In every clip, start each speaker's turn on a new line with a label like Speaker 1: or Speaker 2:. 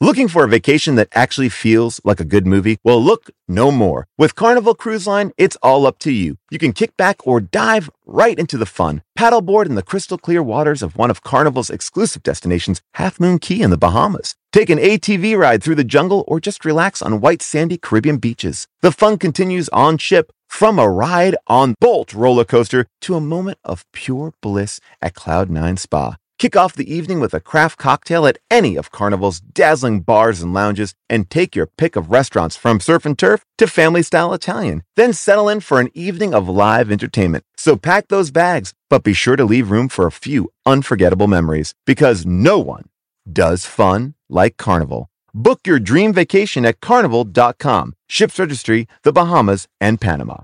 Speaker 1: Looking for a vacation that actually feels like a good movie? Well, look no more. With Carnival Cruise Line, it's all up to you. You can kick back or dive right into the fun. Paddleboard in the crystal clear waters of one of Carnival's exclusive destinations, Half Moon Key in the Bahamas. Take an ATV ride through the jungle or just relax on white sandy Caribbean beaches. The fun continues on ship from a ride on Bolt roller coaster to a moment of pure bliss at Cloud 9 Spa. Kick off the evening with a craft cocktail at any of Carnival's dazzling bars and lounges, and take your pick of restaurants from surf and turf to family style Italian. Then settle in for an evening of live entertainment. So pack those bags, but be sure to leave room for a few unforgettable memories because no one does fun like Carnival. Book your dream vacation at carnival.com. Ships registry, the Bahamas and Panama.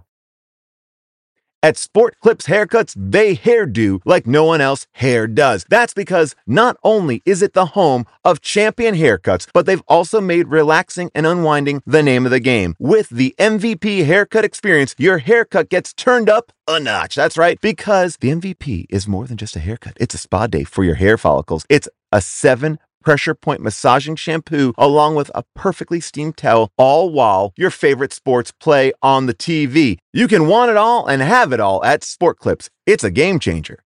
Speaker 1: At Sport Clips Haircuts, they hairdo like no one else hair does. That's because not only is it the home of champion haircuts, but they've also made relaxing and unwinding the name of the game. With the MVP haircut experience, your haircut gets turned up a notch. That's right, because the MVP is more than just a haircut, it's a spa day for your hair follicles. It's a seven pressure point massaging shampoo, along with a perfectly steamed towel, all while your favorite sports play on the TV. You can want it all and have it all at Sport Clips. It's a game changer.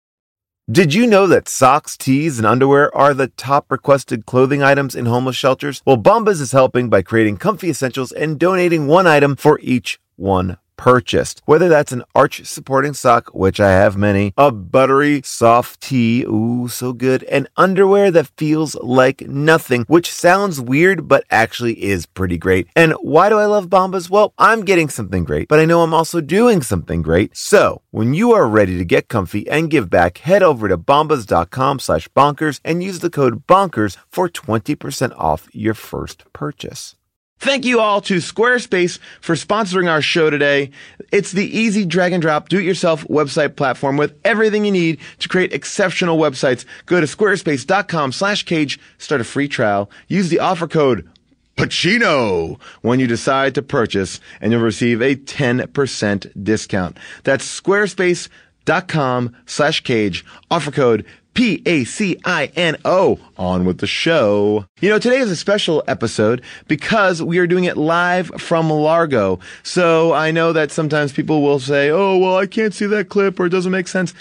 Speaker 1: Did you know that socks, tees, and underwear are the top requested clothing items in homeless shelters? Well, Bombas is helping by creating comfy essentials and donating one item for each one purchased. Whether that's an arch supporting sock, which I have many, a buttery soft tee, ooh, so good, and underwear that feels like nothing, which sounds weird, but actually is pretty great. And why do I love Bombas? Well, I'm getting something great, but I know I'm also doing something great. So when you are ready to get comfy and give back, head over to bombas.com slash bonkers and use the code bonkers for 20% off your first purchase.
Speaker 2: Thank you all to Squarespace for sponsoring our show today. It's the easy drag and drop do-it-yourself website platform with everything you need to create exceptional websites. Go to squarespace.com slash cage, start a free trial, use the offer code Pacino when you decide to purchase and you'll receive a 10% discount. That's squarespace.com slash cage, offer code P A C I N O. On with the show. You know, today is a special episode because we are doing it live from Largo. So I know that sometimes people will say, oh, well, I can't see that clip or it doesn't make sense.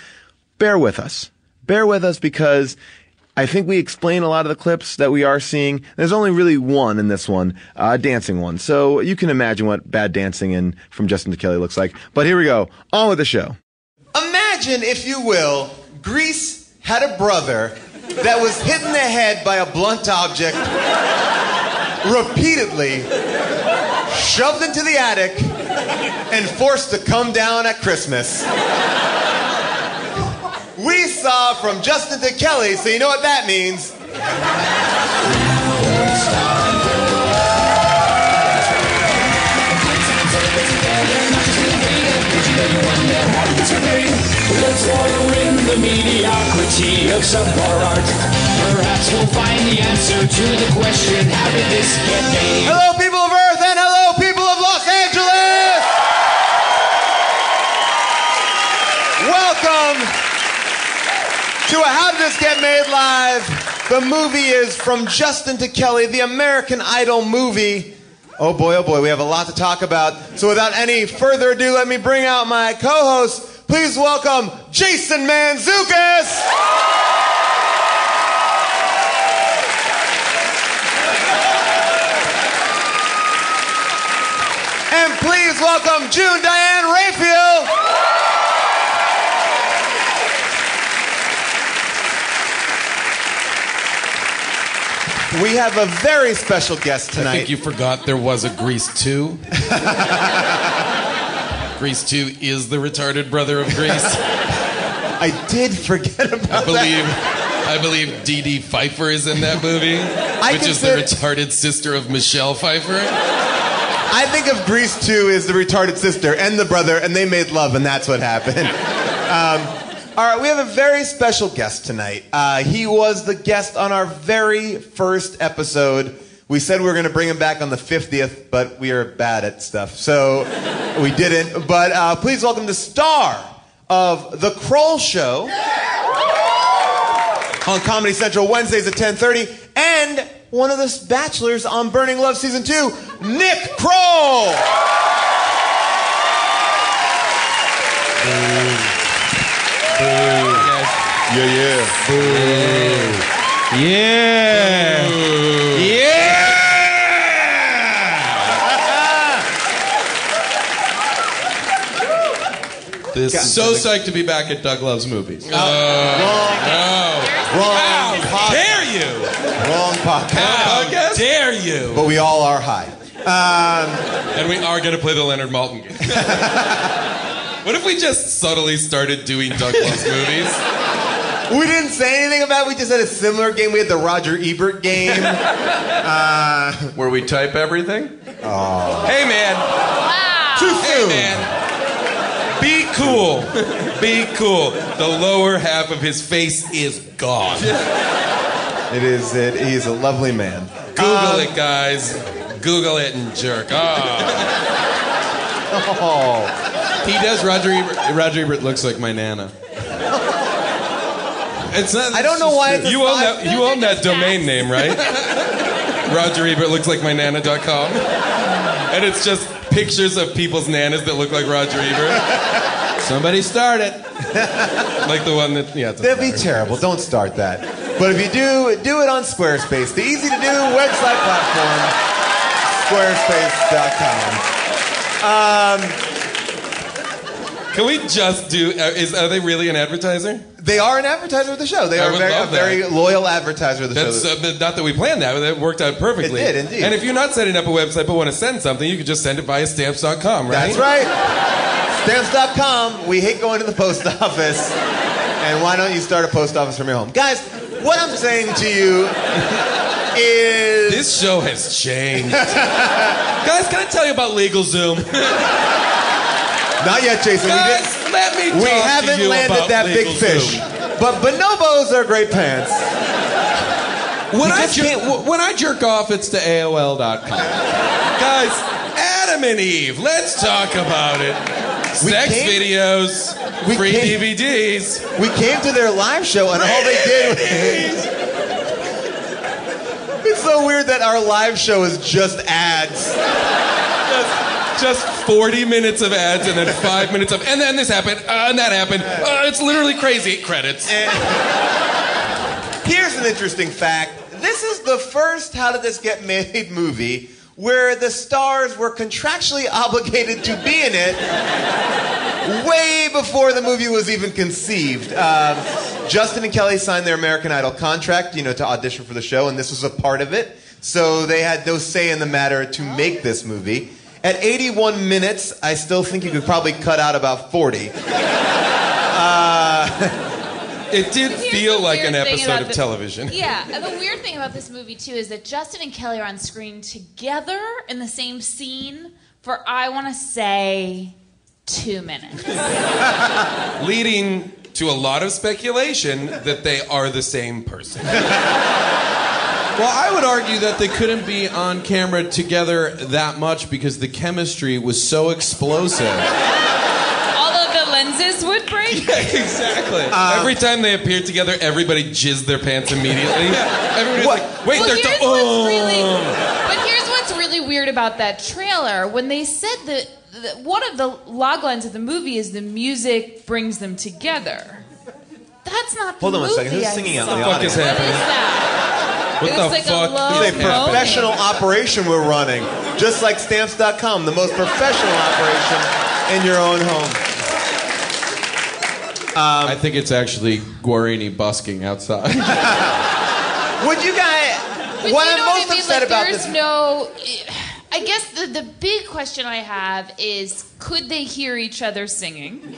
Speaker 2: Bear with us. Bear with us because I think we explain a lot of the clips that we are seeing. There's only really one in this one, uh, dancing one. So you can imagine what bad dancing in from Justin to Kelly looks like. But here we go. On with the show.
Speaker 3: Imagine, if you will, Greece had a brother that was hit in the head by a blunt object repeatedly, shoved into the attic, and forced to come down at Christmas. We saw from Justin to Kelly, so you know what that means.
Speaker 4: Let's water in the mediocrity of subpar art. Perhaps we'll find the answer to the question, how did this get made?
Speaker 3: Hello, people of Earth, and hello, people of Los Angeles! Welcome to a How Did This Get Made Live. The movie is From Justin to Kelly, the American Idol movie. Oh boy, oh boy, we have a lot to talk about. So without any further ado, let me bring out my co host. Please welcome Jason Manzukis! And please welcome June Diane Raphael. We have a very special guest
Speaker 5: I
Speaker 3: tonight.
Speaker 5: think you forgot there was a Grease 2. Grease 2 is the retarded brother of Grease.
Speaker 3: I did forget
Speaker 5: I
Speaker 3: about
Speaker 5: believe
Speaker 3: that.
Speaker 5: I believe Dee Dee Pfeiffer is in that movie, which is the retarded sister of Michelle Pfeiffer.
Speaker 3: I think of Grease 2 as the retarded sister and the brother, and they made love, and that's what happened. Um, all right, we have a very special guest tonight. Uh, he was the guest on our very first episode. We said we were going to bring him back on the 50th, but we are bad at stuff, so we didn't. But uh, please welcome the star of The Kroll Show on Comedy Central Wednesdays at 10:30 and one of the bachelors on Burning Love season two, Nick Kroll.
Speaker 1: Yeah, yeah.
Speaker 6: Yeah.
Speaker 5: This so psyched to be back at Doug Love's movies. Oh, no.
Speaker 3: Wrong
Speaker 5: How
Speaker 3: podcast.
Speaker 5: dare you?
Speaker 3: Wrong podcast.
Speaker 5: Oh, How dare you?
Speaker 3: But we all are high. Um,
Speaker 5: And we are going to play the Leonard Maltin game. what if we just subtly started doing Doug Love's movies?
Speaker 3: We didn't say anything about it. We just had a similar game. We had the Roger Ebert game.
Speaker 5: Where we type everything? Hey, man.
Speaker 3: Too
Speaker 5: Hey,
Speaker 3: soon.
Speaker 5: man. Be cool. Be cool. The lower half of his face is gone.
Speaker 3: It is. It, he's a lovely man.
Speaker 5: Google it, guys. Google it and jerk. Ah. He does. Roger Ebert, Roger Ebert looks like my nana. It's not.
Speaker 3: I don't know why it's a
Speaker 5: you own
Speaker 3: five-
Speaker 5: that. You own that domain name, right? Roger Ebert looks like my nana.com. and it's just pictures of people's nanas that look like Roger Ebert. Somebody start it. like the one that yeah. it doesn't
Speaker 3: That'd be
Speaker 5: matter.
Speaker 3: terrible. Don't start that. But if you do, do it on Squarespace, the easy to do website platform, squarespace.com. Um,
Speaker 5: Can we just do? uh, Is are they really an advertiser?
Speaker 3: They are an advertiser of the show. They
Speaker 5: I
Speaker 3: are
Speaker 5: would
Speaker 3: very, a
Speaker 5: love that.
Speaker 3: very loyal advertiser of the
Speaker 5: That's
Speaker 3: show.
Speaker 5: uh, but not that we planned that. but That worked out perfectly.
Speaker 3: It did, indeed.
Speaker 5: And if you're not setting up a website but want to send something, you can just send it via stamps.com, right?
Speaker 3: That's right. Stamps.com. We hate going to the post office. And why don't you start a post office from your home? Guys, what I'm saying to you is.
Speaker 5: This show has changed. Guys, can I tell you about LegalZoom?
Speaker 3: Not yet, Jason. We did-
Speaker 5: Guys, let me talk
Speaker 3: We
Speaker 5: to
Speaker 3: haven't
Speaker 5: you
Speaker 3: landed
Speaker 5: about
Speaker 3: that big
Speaker 5: LegalZoom.
Speaker 3: fish. But bonobos are great pants.
Speaker 5: When
Speaker 3: You
Speaker 5: I,
Speaker 3: just
Speaker 5: jer-
Speaker 3: can't-
Speaker 5: w- when I jerk off, it's to AOL.com. Guys, Adam and Eve, let's talk about it.
Speaker 3: We
Speaker 5: Sex
Speaker 3: can't-
Speaker 5: videos,
Speaker 3: We
Speaker 5: free
Speaker 3: can't-
Speaker 5: DVDs.
Speaker 3: We came to their live show and all they did was. It's so weird that our live show is just ads.
Speaker 5: just, just 40 minutes of ads and then five minutes of, and then this happened, uh, and that happened. Uh, it's literally crazy. Credits.
Speaker 3: Here's an interesting fact. This is the first How Did This Get Made movie where the stars were contractually obligated to be in it way before the movie was even conceived. Um, Justin and Kelly signed their American Idol contract, you know, to audition for the show, and this was a part of it. So they had no say in the matter to make this movie. At 81 minutes, I still think you could probably cut out about 40.
Speaker 5: It did
Speaker 7: Here's
Speaker 5: feel
Speaker 7: the
Speaker 5: like an
Speaker 7: weird thing
Speaker 5: episode
Speaker 7: about
Speaker 5: of
Speaker 7: the- E-
Speaker 5: television.
Speaker 7: Yeah, and the weird thing about this movie too is that Justin and Kelly are on screen together in the same scene for I want to say two minutes.
Speaker 5: Leading to a lot of speculation that they are the same person.
Speaker 6: Well, I would argue that they couldn't be on camera together that much because the chemistry was so explosive.
Speaker 7: Although the lenses would break.
Speaker 5: exactly.
Speaker 6: Um,
Speaker 5: Every time they appeared together, everybody jizzed their pants immediately. Everybody's
Speaker 3: What?
Speaker 5: like, wait,
Speaker 7: Well,
Speaker 5: they're.
Speaker 7: here's
Speaker 5: to-
Speaker 7: what's really,
Speaker 5: Oh.
Speaker 7: but here's what's really weird about that trailer. When they said that, that one of the log lines of the movie is the music brings them together. That's not the
Speaker 3: Hold on one
Speaker 7: movie
Speaker 3: second. Who's
Speaker 7: I
Speaker 3: singing out in
Speaker 7: saw.
Speaker 3: the
Speaker 5: What the fuck is
Speaker 7: What
Speaker 5: happening?
Speaker 7: is that?
Speaker 5: What
Speaker 7: It
Speaker 5: the
Speaker 7: was like a
Speaker 5: fuck?
Speaker 7: low
Speaker 5: is
Speaker 3: It's a
Speaker 7: moment.
Speaker 5: happening?
Speaker 3: professional operation we're running, just like stamps.com, the most professional operation in your own home.
Speaker 6: I think it's actually Guarini busking outside.
Speaker 3: Would you guys? what
Speaker 7: But you know
Speaker 3: I'm
Speaker 7: what
Speaker 3: most
Speaker 7: I mean?
Speaker 3: upset
Speaker 7: Like,
Speaker 3: about
Speaker 7: there's
Speaker 3: this.
Speaker 7: no. I guess the, the big question I have is could they hear each other singing?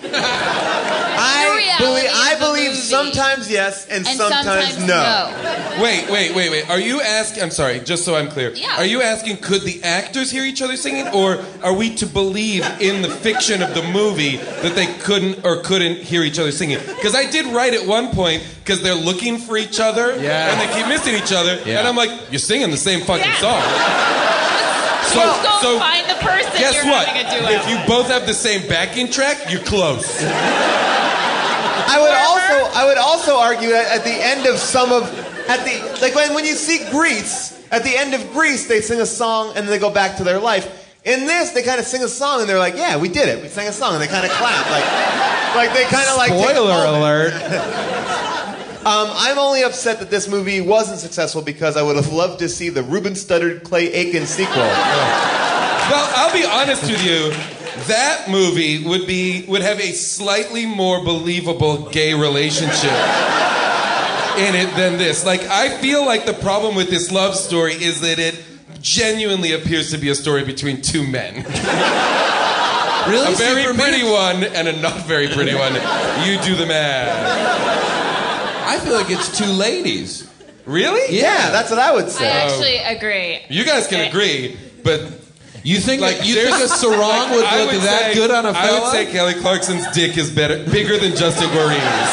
Speaker 3: I
Speaker 7: reality
Speaker 3: believe.
Speaker 7: of
Speaker 3: I
Speaker 7: the
Speaker 3: believe
Speaker 7: movie.
Speaker 3: sometimes yes and,
Speaker 7: And sometimes, no.
Speaker 5: Wait, wait, wait, wait. Are you asking? I'm sorry, just so I'm clear.
Speaker 7: Yeah.
Speaker 5: Are you asking could the actors hear each other singing, or are we to believe in the fiction of the movie that they couldn't or couldn't hear each other singing? Because I did write at one point because they're looking for each other
Speaker 6: Yeah.
Speaker 5: and they keep missing each other,
Speaker 6: Yeah.
Speaker 5: and I'm like, you're singing the same fucking
Speaker 7: Yeah.
Speaker 5: song.
Speaker 7: Just
Speaker 5: So-
Speaker 7: go
Speaker 5: so-
Speaker 7: find the person
Speaker 5: Guess
Speaker 7: you're
Speaker 5: what?
Speaker 7: having a duet
Speaker 5: If you both have the same backing track, you're close.
Speaker 3: I would also. I would also argue that at the end of some of, at the like when when you see Greece At the end of Grease, they sing a song and they go back to their life. In this, they kind of sing a song and they're like, "Yeah, we did it. We sang a song." And they kind of clap, like, like they kind of like. take a
Speaker 5: Spoiler
Speaker 3: moment.
Speaker 5: alert.
Speaker 3: Um, I'm only upset that this movie wasn't successful because I would have loved to see the Ruben Studdard Clay Aiken sequel.
Speaker 5: Well, I'll be honest with you. That movie would be would have a slightly more believable gay relationship in it than this. Like I feel like the problem with this love story is that it genuinely appears to be a story between two men.
Speaker 6: Really?
Speaker 5: A very
Speaker 6: Superman?
Speaker 5: pretty one and a not very pretty one. You do the math.
Speaker 6: I feel like it's two ladies.
Speaker 5: Really?
Speaker 3: Yeah, that's what I would
Speaker 7: I
Speaker 3: say.
Speaker 7: actually agree.
Speaker 5: You guys can agree, but
Speaker 6: You think
Speaker 5: Like,
Speaker 6: like you
Speaker 5: there's-
Speaker 6: think a sarong would
Speaker 5: I
Speaker 6: look
Speaker 5: would
Speaker 6: that
Speaker 5: say-
Speaker 6: good on a
Speaker 5: I
Speaker 6: fella?
Speaker 5: would say Kelly Clarkson's dick is better, bigger than Justin Guarini's.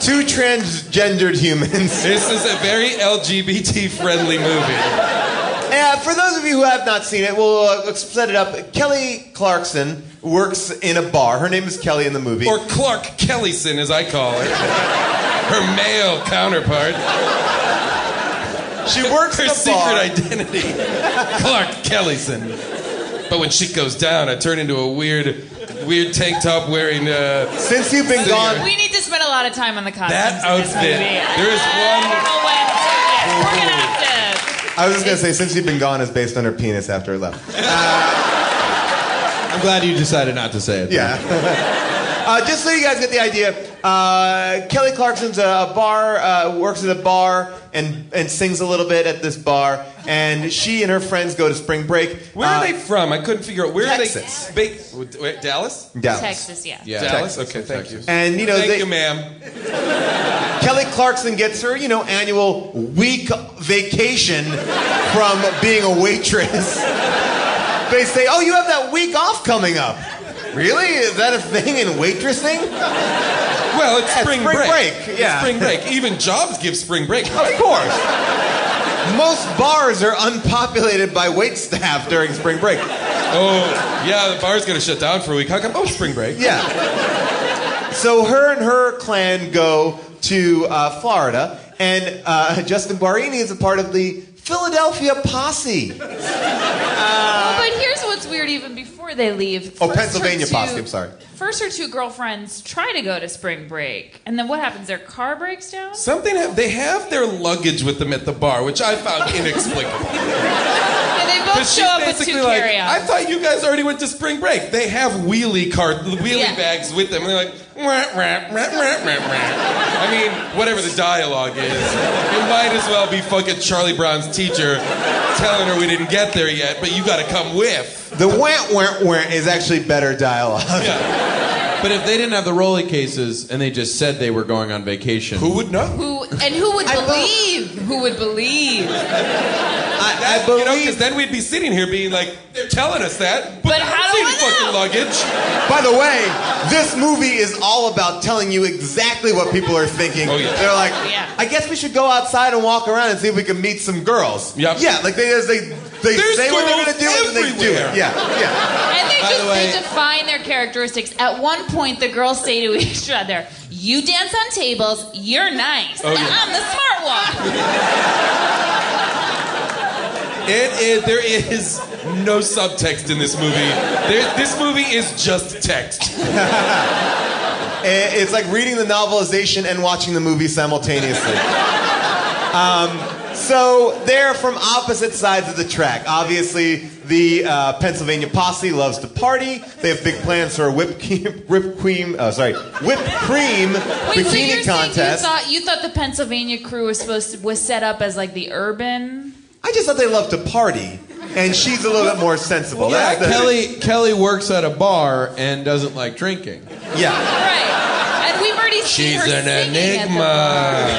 Speaker 3: Two transgendered humans.
Speaker 5: This is a very LGBT friendly movie.
Speaker 3: Yeah, for those of you who have not seen it, we'll uh, set it up. Kelly Clarkson works in a bar. Her name is Kelly in the movie.
Speaker 5: Or Clark Kellyson, as I call it. Her male counterpart.
Speaker 3: she works
Speaker 5: Her
Speaker 3: in a
Speaker 5: secret
Speaker 3: bar.
Speaker 5: identity. Clark Kellyson. But when shit goes down, I turn into a weird, weird tank top wearing. Uh,
Speaker 3: Since you've been
Speaker 5: Singer.
Speaker 3: gone,
Speaker 7: We need to spend a lot of time on the costumes.
Speaker 5: That
Speaker 7: in this
Speaker 5: outfit.
Speaker 7: movie.
Speaker 5: There is
Speaker 7: I
Speaker 5: one-
Speaker 7: don't know when to- yes, We're gonna have to.
Speaker 3: I was just gonna say, since you've been gone is based on her penis after I left.
Speaker 6: I'm glad you decided not to say it.
Speaker 3: Yeah. uh, just so you guys get the idea, uh, Kelly Clarkson's a, a bar, uh, works at a bar, and and sings a little bit at this bar. And she and her friends go to spring break.
Speaker 5: where are
Speaker 3: Uh,
Speaker 5: they from? I couldn't figure out. Where
Speaker 3: Texas.
Speaker 5: are they? Ba- wait, Dallas?
Speaker 3: Dallas.
Speaker 7: Texas, yeah.
Speaker 6: Yeah.
Speaker 5: Dallas?
Speaker 6: Texas,
Speaker 5: Okay, thank
Speaker 6: Texas.
Speaker 5: you.
Speaker 3: And you know
Speaker 5: Thank
Speaker 3: they,
Speaker 5: you, ma'am.
Speaker 3: Kelly Clarkson gets her, you know, annual week vacation from being a waitress. They say, "Oh, you have that week off coming up." Really? Is that a thing in waitressing?
Speaker 5: Well, it's
Speaker 3: Yeah,
Speaker 5: spring,
Speaker 3: spring break,
Speaker 5: It's
Speaker 3: yeah. Oh.
Speaker 5: spring break. Even jobs give spring break.
Speaker 3: Of course. Most bars are unpopulated by wait staff during spring break.
Speaker 5: Oh, yeah, the bar's gonna shut down for a week. How come? Oh, spring break.
Speaker 3: Yeah. So her and her clan go to uh, Florida, and uh, Justin Barini is a part of the Philadelphia posse.
Speaker 7: But here's what's weird even before they leave.
Speaker 3: Oh,
Speaker 7: First, her
Speaker 3: Pennsylvania
Speaker 7: two-
Speaker 3: posse, I'm sorry.
Speaker 7: First, her two girlfriends try to go to spring break. And then what happens? Their car breaks down?
Speaker 5: Something ha- they have their luggage with them at the bar, which I found inexplicable.
Speaker 7: And they both
Speaker 5: 'Cause
Speaker 7: show
Speaker 5: she's
Speaker 7: up with two
Speaker 5: basically like,
Speaker 7: carry
Speaker 5: I thought you guys already went to spring break. They have wheelie cart, wheelie
Speaker 7: Yeah.
Speaker 5: bags with them. And they're like, "Wah, wah, wah, wah, wah, wah." I mean, whatever the dialogue is, it might as well be fucking Charlie Brown's teacher telling her we didn't get there yet, but you gotta come with.
Speaker 3: The went went went is actually better dialogue.
Speaker 6: But if they didn't have the rolly cases and they just said they were going on vacation,
Speaker 5: Who would know?
Speaker 7: Who, and who would
Speaker 3: I bel-
Speaker 7: believe? Who would believe?
Speaker 3: I, I
Speaker 5: You know,
Speaker 3: believe.
Speaker 5: because then we'd be sitting here being like, they're telling us that, but,
Speaker 7: But
Speaker 5: I don't
Speaker 7: how do
Speaker 5: see
Speaker 7: we
Speaker 5: any fucking
Speaker 7: know?
Speaker 5: luggage.
Speaker 3: by the way, this movie is all about telling you exactly what people are thinking.
Speaker 5: Oh, yeah.
Speaker 3: They're like,
Speaker 7: Yeah.
Speaker 3: I guess we should go outside and walk around and see if we can meet some girls.
Speaker 5: Yep.
Speaker 3: Yeah, like they just, they they
Speaker 5: There's
Speaker 3: say what they're gonna
Speaker 5: girls
Speaker 3: do and then they do
Speaker 5: everywhere.
Speaker 3: it. Yeah, yeah.
Speaker 7: And they
Speaker 6: By
Speaker 7: just
Speaker 6: the way-
Speaker 7: they define their characteristics. At one point, the girls say to each other, "You dance on tables. You're nice.
Speaker 5: Oh, yeah.
Speaker 7: I'm the smart one."
Speaker 5: It is, there is no subtext in this movie. There, this movie is just text.
Speaker 3: I- Eh, It's like reading the novelization and watching the movie simultaneously. um, so they're from opposite sides of the track. Obviously, the uh, Pennsylvania posse loves to party. They have big plans for a whipped cream, whipped cream, oh, sorry, whipped cream
Speaker 7: Wait, so
Speaker 3: bikini
Speaker 7: you're saying you
Speaker 3: contest.
Speaker 7: thought you thought the Pennsylvania crew was supposed to was set up as like the urban?
Speaker 3: I just thought they loved to party, and she's a little bit more sensible.
Speaker 6: yeah,
Speaker 3: That's the-
Speaker 6: Kelly Kelly works at a bar and doesn't like drinking.
Speaker 3: Yeah.
Speaker 7: Right. And we've already seen her singing at the bar.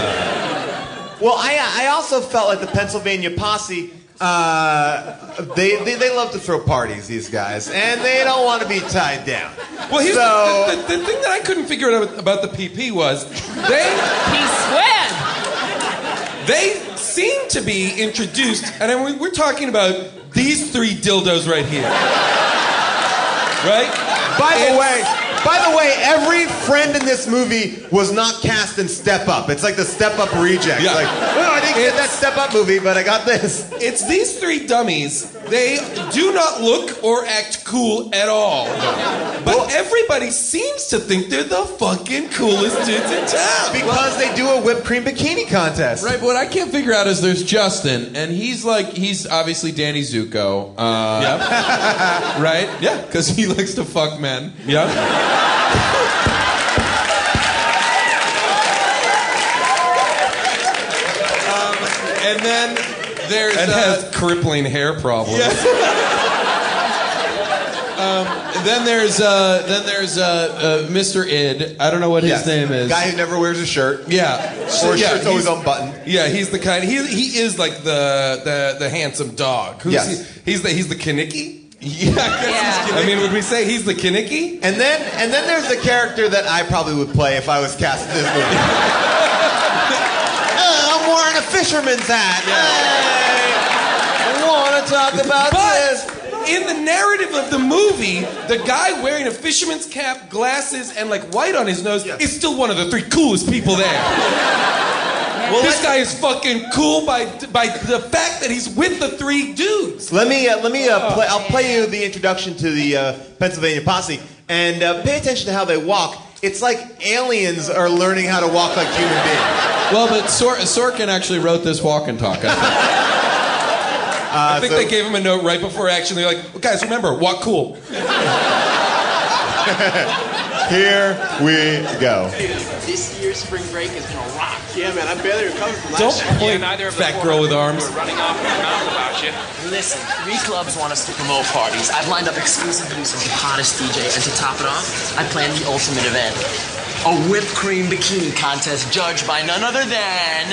Speaker 3: Well, I, I also felt like the Pennsylvania posse. Uh, they, they they love to throw parties, these guys, and they don't want to be tied down.
Speaker 5: Well, here's
Speaker 3: so
Speaker 5: the, the, the thing that I couldn't figure out about the PP was they
Speaker 7: He sweat.
Speaker 5: they seem to be introduced, and I mean, we're talking about these three dildos right here, right?
Speaker 3: by the
Speaker 5: It's-
Speaker 3: way, by the way, every friend in this movie was not cast in Step Up. It's like the Step Up reject.
Speaker 5: Yeah.
Speaker 3: Like, oh, I didn't get that Step Up movie, but I got this.
Speaker 5: It's these three dummies. They do not look or act cool at all. But everybody seems to think they're the fucking coolest dudes in town.
Speaker 3: Because they do a whipped cream bikini contest.
Speaker 6: Right, but what I can't figure out is there's Justin, and he's like, he's obviously Danny Zuko. Uh, Right? Yeah. Because he likes to fuck men.
Speaker 5: Yeah.
Speaker 6: Um, And then there's.
Speaker 5: And
Speaker 6: uh,
Speaker 5: has crippling hair problems.
Speaker 6: Um, then there's uh, then there's uh, uh, Mr. Id. I don't know what
Speaker 3: Yes.
Speaker 6: his name is.
Speaker 3: Guy who never wears a shirt.
Speaker 6: yeah.
Speaker 3: Or
Speaker 5: Yeah,
Speaker 3: shirt's always
Speaker 5: he's-
Speaker 3: unbuttoned.
Speaker 5: Yeah, he's the kind. He he is like the the, the handsome dog. Who's
Speaker 3: Yes.
Speaker 5: he, he's the he's the Kinnicky.
Speaker 6: Yeah. I guess
Speaker 7: Yeah.
Speaker 6: he's
Speaker 5: I mean, would we say he's the Kinnicky?
Speaker 3: And then and then there's the character that I probably would play if I was cast in this movie. Uh, I'm wearing a fisherman's hat. Hey, I want to talk about this.
Speaker 5: But in the narrative of the movie, the guy wearing a fisherman's cap, glasses, and like white on his nose
Speaker 3: Yes.
Speaker 5: is still one of the three coolest people there. this guy is fucking cool by by the fact that he's with the three dudes.
Speaker 3: Let me uh, let me
Speaker 5: Oh.
Speaker 3: uh, play. I'll play you the introduction to the uh, Pennsylvania Posse, and uh, pay attention to how they walk. It's like aliens are learning how to walk like human beings.
Speaker 6: Well, but Sor- Sorkin actually wrote this walk and talk. I think.
Speaker 5: I think they gave him a note right before action. They're like, guys, remember, walk cool.
Speaker 3: Here we go.
Speaker 8: This year's spring break is gonna rock. Yeah, man, I'm better than coming from last
Speaker 5: Don't
Speaker 8: year.
Speaker 5: point, fat girl with arms.
Speaker 8: We're running off in the mouth about you.
Speaker 9: Listen, three clubs want us to promote parties. I've lined up exclusive views of the hottest DJ, and to top it off, I planned the ultimate event. A whipped cream bikini contest judged by none other than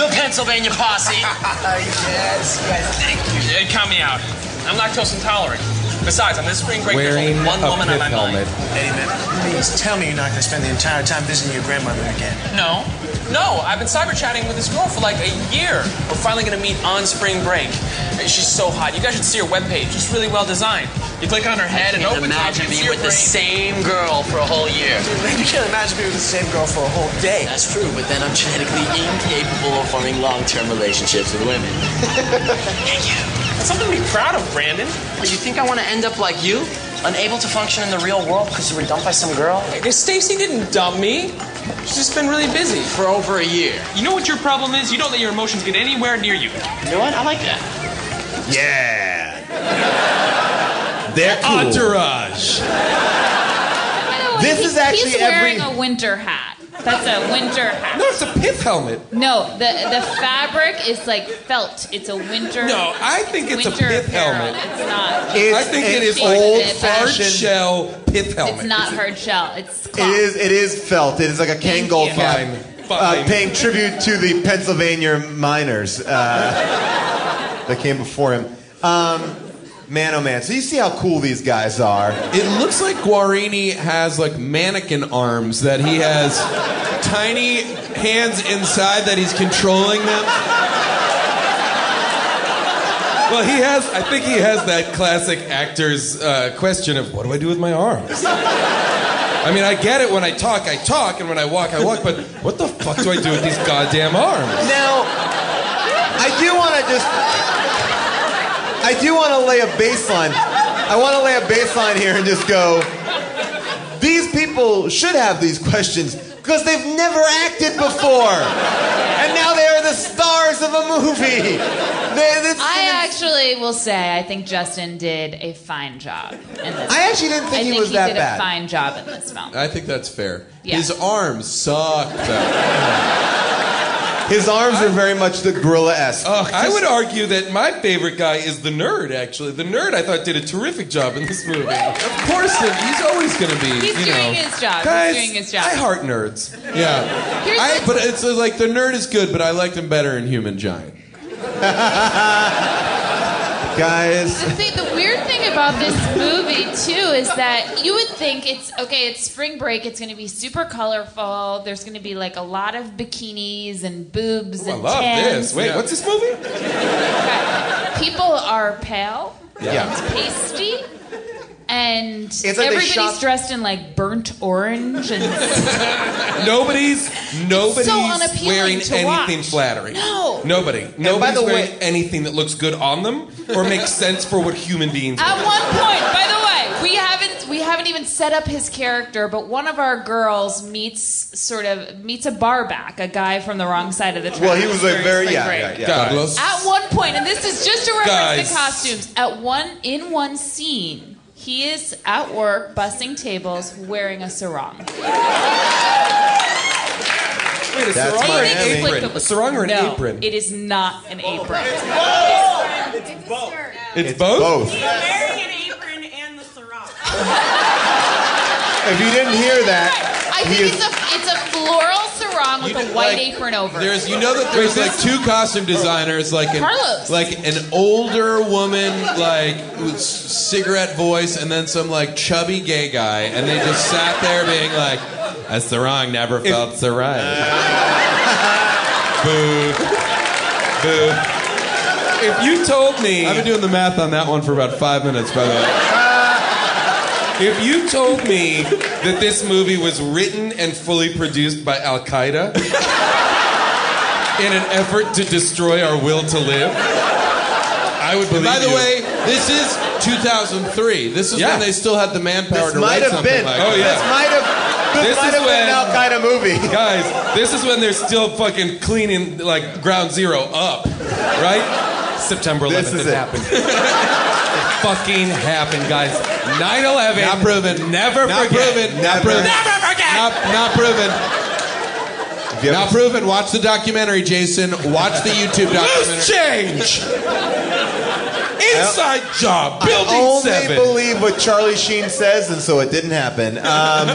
Speaker 9: the Pennsylvania Posse. yes, yes, thank you.
Speaker 8: Yeah, count me out. I'm lactose intolerant. Besides, on this spring break,
Speaker 5: Wearing
Speaker 8: there's only one
Speaker 5: a
Speaker 8: woman
Speaker 5: pith
Speaker 8: on my
Speaker 5: helmet.
Speaker 8: mind.
Speaker 10: Hey, man, please tell me you're not going to spend the entire time visiting your grandmother again.
Speaker 8: No, no, I've been cyber chatting with this girl for like a year. We're finally gonna meet on spring break. Uh, She's so hot. You guys should see her webpage. It's really well designed. You click on her head and
Speaker 9: Can't
Speaker 8: open up,
Speaker 9: imagine
Speaker 8: you
Speaker 9: being
Speaker 8: see her
Speaker 9: with the
Speaker 8: brain.
Speaker 9: same girl for a whole year.
Speaker 10: You can't imagine being with the same girl for a whole day.
Speaker 9: That's true, but then I'm genetically incapable of forming long-term relationships with women.
Speaker 8: That's something to be proud of, Brandon.
Speaker 9: Do you think I want to end up like you? Unable to function in the real world because you were dumped by some girl?
Speaker 8: Stacy didn't dump me. She's just been really busy.
Speaker 9: For over a year.
Speaker 8: You know what your problem is? You don't let your emotions get anywhere near you.
Speaker 9: You know what? I like that.
Speaker 1: Yeah. They're cool.
Speaker 5: Entourage.
Speaker 7: You know what?
Speaker 1: This is actually
Speaker 7: he's wearing
Speaker 1: every-
Speaker 7: a winter hat. That's a winter hat.
Speaker 5: No, it's a pith helmet.
Speaker 7: No, the the fabric is like felt. It's a winter.
Speaker 5: No, I think it's a
Speaker 7: winter
Speaker 5: pith
Speaker 7: apparel.
Speaker 5: helmet.
Speaker 7: It's not.
Speaker 5: I think it is
Speaker 7: It's like
Speaker 5: old
Speaker 7: a
Speaker 5: hard
Speaker 7: fashion-
Speaker 5: shell pith helmet.
Speaker 7: It's not hard shell. It's cloth.
Speaker 3: It is. It is felt. It is like a Kangol
Speaker 7: you.
Speaker 3: cap.
Speaker 5: Fine.
Speaker 3: Uh,
Speaker 5: Fine.
Speaker 3: paying tribute to the Pennsylvania miners uh, that came before him. Um, man, oh man! So you see how cool these guys are.
Speaker 6: It looks like Guarini has like mannequin arms that he has tiny hands inside that he's controlling them.
Speaker 5: well, he has. I think he has that classic actor's uh, question of what do I do with my arms. I mean, I get it. When I talk, I talk, and when I walk, I walk. But what the fuck do I do with these goddamn arms?
Speaker 3: Now, I do want to just. I do want to lay a baseline. I want to lay a baseline here and just go. These people should have these questions because they've never acted before, and now they are the stars of a movie. They- that's-
Speaker 7: I actually will say I think Justin did a fine job. In this
Speaker 3: I actually didn't think
Speaker 7: I
Speaker 3: he
Speaker 7: think
Speaker 3: was that
Speaker 7: did
Speaker 3: bad.
Speaker 7: a fine job in this film.
Speaker 6: I think that's fair.
Speaker 7: Yeah.
Speaker 6: His arms suck. though.
Speaker 3: His arms are very much the gorilla-esque.
Speaker 5: Ugh, Uh, I would argue that my favorite guy is the nerd. Actually, the nerd I thought did a terrific job in this movie. Of course, he's always going to be.
Speaker 7: He's
Speaker 5: you
Speaker 7: doing
Speaker 5: know.
Speaker 7: his job. He's
Speaker 5: Guys,
Speaker 7: doing his job.
Speaker 5: I heart nerds.
Speaker 6: Yeah.
Speaker 7: Here's
Speaker 6: I,
Speaker 7: the-
Speaker 6: but it's uh, like the nerd is good, but I liked him better in Human Giant.
Speaker 3: Guys,
Speaker 7: The, thing, the weird thing about this movie too is that you would think it's okay. It's spring break. It's going to be super colorful. There's going to be like a lot of bikinis and boobs
Speaker 5: I
Speaker 7: and
Speaker 5: love
Speaker 7: tans.
Speaker 5: this. Wait, what's this movie?
Speaker 7: People are pale.
Speaker 5: Yeah.
Speaker 7: It's pasty. and
Speaker 3: like they
Speaker 7: everybody's
Speaker 3: shot-
Speaker 7: dressed in like burnt orange and
Speaker 5: Nobody's nobody's
Speaker 7: unappealing
Speaker 5: wearing
Speaker 7: to
Speaker 5: anything
Speaker 7: watch.
Speaker 5: flattering.
Speaker 7: No.
Speaker 5: Nobody. Nobody's
Speaker 3: the
Speaker 5: wearing
Speaker 3: way-
Speaker 5: anything that looks good on them or makes sense for what human beings
Speaker 7: At one point, by the way, we haven't we haven't even set up his character, but one of our girls meets sort of meets a barback, a guy from the wrong side of the tracks.
Speaker 3: Well, he was like
Speaker 7: during
Speaker 3: very
Speaker 7: spring
Speaker 3: yeah,
Speaker 7: break.
Speaker 3: yeah, yeah.
Speaker 5: Carlos.
Speaker 7: At one point, and this is just to reference
Speaker 5: Guys.
Speaker 7: the costumes. At one in one scene, he is at work busting tables wearing a sarong.
Speaker 5: Wait, a
Speaker 3: That's
Speaker 5: sarong or an
Speaker 3: Miami.
Speaker 5: apron? A sarong or an
Speaker 7: no,
Speaker 5: apron?
Speaker 7: It is not an apron.
Speaker 5: it's, both?
Speaker 3: Both.
Speaker 11: Wearing an apron and the sarong.
Speaker 3: If you didn't hear that,
Speaker 7: I think
Speaker 3: He is-
Speaker 7: it's a it's a floral sarong with a white apron over. it.
Speaker 6: There's, you know that there's like two costume designers, like an
Speaker 7: Carlos.
Speaker 6: like an older woman, like with c- cigarette voice, and then some like chubby gay guy, and they just sat there being like, "That's the wrong, never felt so right."
Speaker 5: If you told me
Speaker 6: I've been doing the math on that one for about five minutes, by the way.
Speaker 5: If you told me that this movie was written and fully produced by Al Qaeda in an effort to destroy our will to live, I would believe
Speaker 6: By the
Speaker 5: you.
Speaker 6: way, this is 2003. This is
Speaker 5: Yeah.
Speaker 6: when they still had the manpower to
Speaker 3: this might
Speaker 6: write
Speaker 3: have
Speaker 6: something
Speaker 3: been.
Speaker 6: like
Speaker 5: Oh,
Speaker 6: that.
Speaker 5: yeah.
Speaker 3: This might have. This,
Speaker 5: This
Speaker 3: might
Speaker 5: is
Speaker 3: have been
Speaker 5: when-
Speaker 3: an Al Qaeda movie.
Speaker 5: guys, this is when they're still fucking cleaning like ground zero up, right? September 11th
Speaker 3: This is
Speaker 5: it
Speaker 3: it.
Speaker 5: happened. It fucking happened, guys. 9/11.
Speaker 6: Not proven.
Speaker 5: Never
Speaker 6: Not
Speaker 5: forget.
Speaker 6: proven. Not proven.
Speaker 11: Never forget.
Speaker 6: Not, not proven.
Speaker 3: If you
Speaker 6: Not
Speaker 3: haven't-
Speaker 6: proven. Watch the documentary, Jason. Watch the YouTube documentary.
Speaker 5: Loose change. Inside job. Building
Speaker 3: I only
Speaker 5: seven.
Speaker 3: believe what Charlie Sheen says, and so it didn't happen. Um,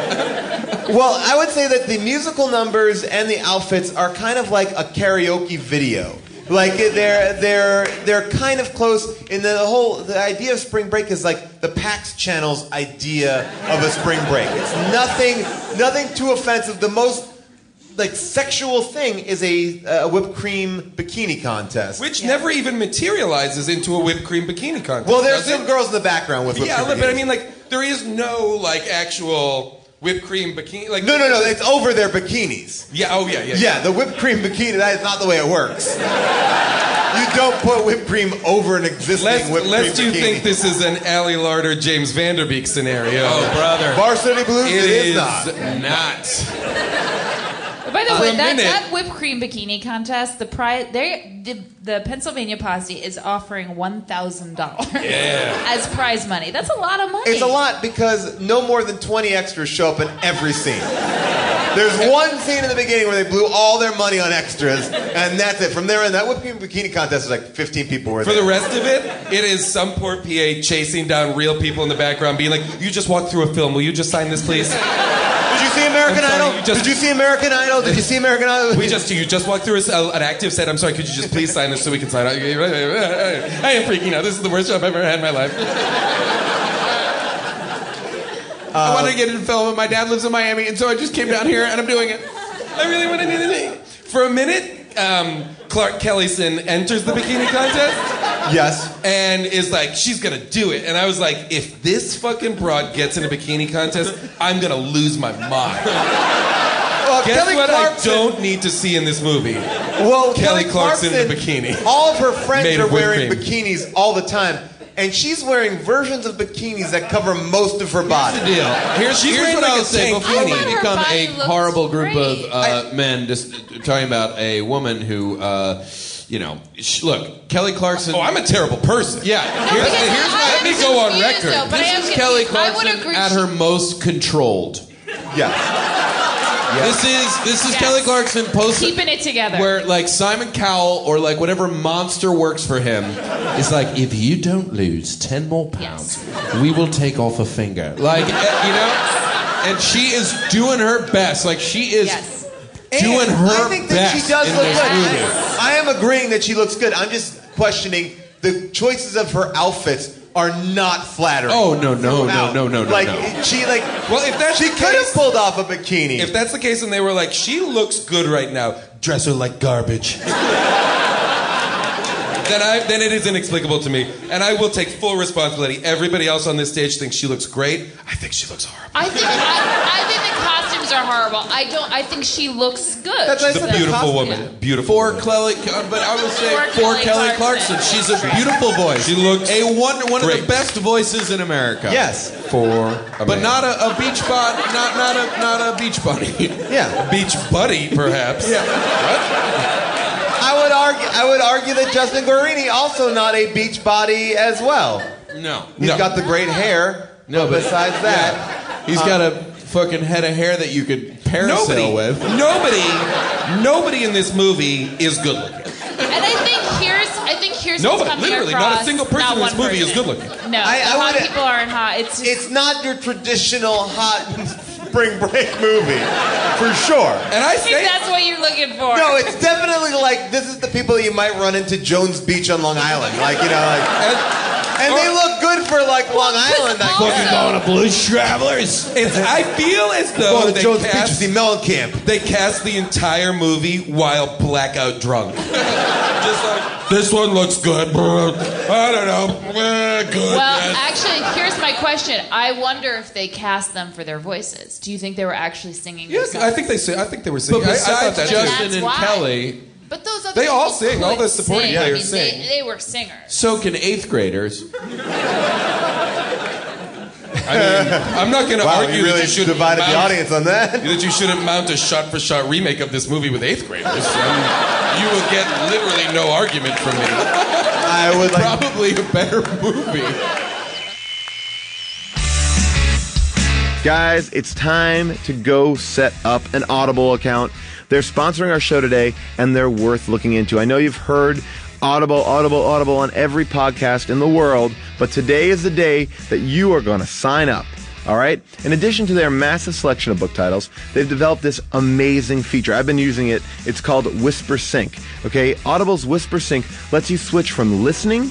Speaker 3: well, I would say that the musical numbers and the outfits are kind of like a karaoke video. Like they're they're they're kind of close. And the whole the idea of spring break is like the Pax Channel's idea of a spring break. It's nothing nothing too offensive. The most like sexual thing is a, a whipped cream bikini contest.
Speaker 5: Which never even materializes into a whipped cream bikini contest.
Speaker 3: well, there's
Speaker 5: does
Speaker 3: some
Speaker 5: it?
Speaker 3: girls in the background with whipped
Speaker 5: Yeah,
Speaker 3: cream
Speaker 5: but I
Speaker 3: bikinis.
Speaker 5: mean, like, there is no like actual whipped cream bikini. Like,
Speaker 3: No, no, no. It's over their bikinis.
Speaker 5: Yeah. Oh, yeah, yeah.
Speaker 3: Yeah, the whipped cream bikini. That is not the way it works. you don't put whipped cream over an existing
Speaker 5: Lest,
Speaker 3: whipped
Speaker 5: lest
Speaker 3: cream
Speaker 5: you
Speaker 3: bikini.
Speaker 5: think this is an Allie Larder, James Vanderbeek scenario. Oh, brother.
Speaker 3: varsity blues?
Speaker 5: it is
Speaker 3: not.
Speaker 5: not.
Speaker 7: By the
Speaker 5: For
Speaker 7: way,
Speaker 5: a
Speaker 7: that,
Speaker 5: minute-
Speaker 7: that whipped cream bikini contest, the prize, they, the, the Pennsylvania posse is offering one thousand dollars as prize money. That's a lot of money.
Speaker 3: It's a lot because no more than 20 extras show up in every scene. There's one scene in the beginning where they blew all their money on extras, and that's it. From there on, that whipped cream bikini contest was like 15 people were
Speaker 5: For
Speaker 3: there.
Speaker 5: the rest of it, it is some poor PA chasing down real people in the background, being like, "You just walked through a film. Will you just sign this, please?
Speaker 3: Did you see American
Speaker 5: I'm sorry,
Speaker 3: Idol?
Speaker 5: you just-
Speaker 3: Did you see American Idol? Did you see American Idol?
Speaker 5: We just you just walked through a, a- an active set. I'm sorry. Could you just please sign this so we can sign out? I am freaking out. This is the worst job I've ever had in my life.
Speaker 6: I want to get in film, and my dad lives in Miami, and so I just came down here, and I'm doing it.
Speaker 5: I really want to do the thing. For a minute, um, Clark Kellison enters the bikini contest
Speaker 3: yes.
Speaker 5: and is like, she's going to do it. And I was like, if this fucking broad gets in a bikini contest, I'm going to lose my mind.
Speaker 3: Well, Oh,
Speaker 5: Guess
Speaker 3: Kelly
Speaker 5: what
Speaker 3: Clarkson-
Speaker 5: I don't need to see in this movie?
Speaker 3: Well,
Speaker 5: Kelly Clarkson in a bikini.
Speaker 3: All of her friends
Speaker 5: Made
Speaker 3: are
Speaker 5: of whipped
Speaker 3: wearing
Speaker 5: cream.
Speaker 3: bikinis all the time, and she's wearing versions of bikinis that cover most of her body.
Speaker 6: Here's the deal. Here's,
Speaker 5: She's
Speaker 6: here's
Speaker 5: wearing
Speaker 6: what
Speaker 5: like
Speaker 6: I
Speaker 5: a
Speaker 6: would say
Speaker 5: tank
Speaker 6: before
Speaker 7: top. I thought
Speaker 6: we
Speaker 7: her
Speaker 6: become
Speaker 7: body
Speaker 6: a
Speaker 7: looked
Speaker 6: horrible group
Speaker 7: great.
Speaker 6: of uh, men. Just uh, talking about a woman who, uh, you know, sh- look, Kelly Clarkson.
Speaker 5: Oh, I'm a terrible person.
Speaker 6: yeah.
Speaker 7: No,
Speaker 6: here's
Speaker 7: because
Speaker 6: the- here's
Speaker 7: I
Speaker 6: my-
Speaker 7: am
Speaker 5: let me go on
Speaker 7: confused,
Speaker 5: record.
Speaker 7: though, but I am
Speaker 6: this is
Speaker 7: confused.
Speaker 6: Kelly
Speaker 7: I would
Speaker 6: Clarkson
Speaker 7: agree
Speaker 6: at
Speaker 7: she-
Speaker 6: her most controlled.
Speaker 3: Yes.
Speaker 6: This is this is
Speaker 7: Yes.
Speaker 6: Kelly Clarkson post
Speaker 7: Keeping it together.
Speaker 6: Where like Simon Cowell or like whatever monster works for him is like, if you don't lose ten more pounds, we will take off a finger. Like eh, you know, and she is doing her best. Like she is
Speaker 7: Yes.
Speaker 6: doing
Speaker 3: And
Speaker 6: her
Speaker 3: I think
Speaker 6: best.
Speaker 3: that she does
Speaker 6: in
Speaker 3: look
Speaker 6: this movie.
Speaker 3: good. I am agreeing that she looks good. I'm just questioning the choices of her outfits are not flattering.
Speaker 6: Oh, no, no, no, no, no, no,
Speaker 3: Like
Speaker 6: no.
Speaker 3: she like
Speaker 5: Well, if that's
Speaker 3: she
Speaker 5: the
Speaker 3: could have
Speaker 5: case-
Speaker 3: pulled off a bikini.
Speaker 5: If that's the case and they were like, she looks good right now, dress her like garbage. then I then it is inexplicable to me, and I will take full responsibility. Everybody else on this stage thinks she looks great. I think she looks horrible.
Speaker 7: I think I, I think the costumes are horrible. I don't. I think she looks good.
Speaker 5: She's a beautiful woman. Beautiful.
Speaker 6: For Kelly, uh, but I would say
Speaker 7: For
Speaker 6: for
Speaker 7: Kelly
Speaker 6: Kelly Clarkson, she's a beautiful voice. She looks a one one of the best voices in America.
Speaker 5: Yes.
Speaker 6: for but not a, a beach bod, not not a not a beach bunny.
Speaker 3: Yeah,
Speaker 5: beach buddy perhaps.
Speaker 3: I would argue. I would argue that Justin Guarini also not a beach body as well.
Speaker 6: No,
Speaker 3: He's got the great hair.
Speaker 6: No,
Speaker 3: but
Speaker 6: but-
Speaker 3: besides that,
Speaker 6: He's
Speaker 3: uh,
Speaker 6: got a fucking head of hair that you could parasail
Speaker 5: Nobody-
Speaker 6: with.
Speaker 5: Nobody, nobody in this movie is good looking.
Speaker 7: And I think here's I think here's
Speaker 5: Nobody,
Speaker 7: what's coming
Speaker 5: literally, not a
Speaker 7: across.
Speaker 5: single person in this
Speaker 7: one
Speaker 5: movie is
Speaker 7: person.
Speaker 5: good-looking.
Speaker 7: No,
Speaker 3: I-
Speaker 7: the
Speaker 3: I
Speaker 7: hot
Speaker 3: would-
Speaker 7: people aren't hot. It's just
Speaker 3: It's not your traditional hot spring break movie, for sure.
Speaker 5: And
Speaker 7: I think that's what you're looking for.
Speaker 3: No, it's definitely like this is the people that you might run into Jones Beach on Long Island, like you know, like, and, and they look good for like Long Island. That
Speaker 7: Fucking going
Speaker 6: to Blues Travelers.
Speaker 5: It's, I feel as though
Speaker 3: Going to
Speaker 5: they
Speaker 3: Jones Beach to
Speaker 5: cast,
Speaker 3: see Mellencamp.
Speaker 5: they cast the entire movie while blackout drunk. Just like this one looks good. brr. I don't know. brr, Good.
Speaker 7: Well,
Speaker 5: yes."
Speaker 7: actually, here's my question. I wonder if they cast them for their voices. Do you think they were actually singing? their
Speaker 5: Yes,
Speaker 7: songs?
Speaker 5: I think they sing. I think they were
Speaker 6: But
Speaker 5: singing. I- I, thought
Speaker 6: besides
Speaker 5: that
Speaker 6: Justin
Speaker 7: That's
Speaker 6: and
Speaker 7: why.
Speaker 6: Kelly,
Speaker 7: But those other
Speaker 5: They all
Speaker 7: people
Speaker 5: sing. All
Speaker 7: could
Speaker 5: the supporting
Speaker 7: sing. I
Speaker 5: players
Speaker 7: mean,
Speaker 5: sing.
Speaker 7: They, they were singers.
Speaker 6: so can eighth graders.
Speaker 5: I mean, I'm not going to
Speaker 3: Wow,
Speaker 5: argue
Speaker 3: you really
Speaker 5: that you should
Speaker 3: divided the audience on that.
Speaker 5: That you shouldn't mount a shot-for-shot remake of this movie with eighth graders. I mean, you will get literally no argument from me.
Speaker 3: I would like.
Speaker 6: Probably a better movie.
Speaker 1: Guys, it's time to go set up an Audible account. They're sponsoring our show today and they're worth looking into. I know you've heard Audible, Audible, Audible on every podcast in the world, but today is the day that you are going to sign up. All right? In addition to their massive selection of book titles, they've developed this amazing feature. I've been using it. It's called Whisper Sync. Okay? Audible's Whisper Sync lets you switch from listening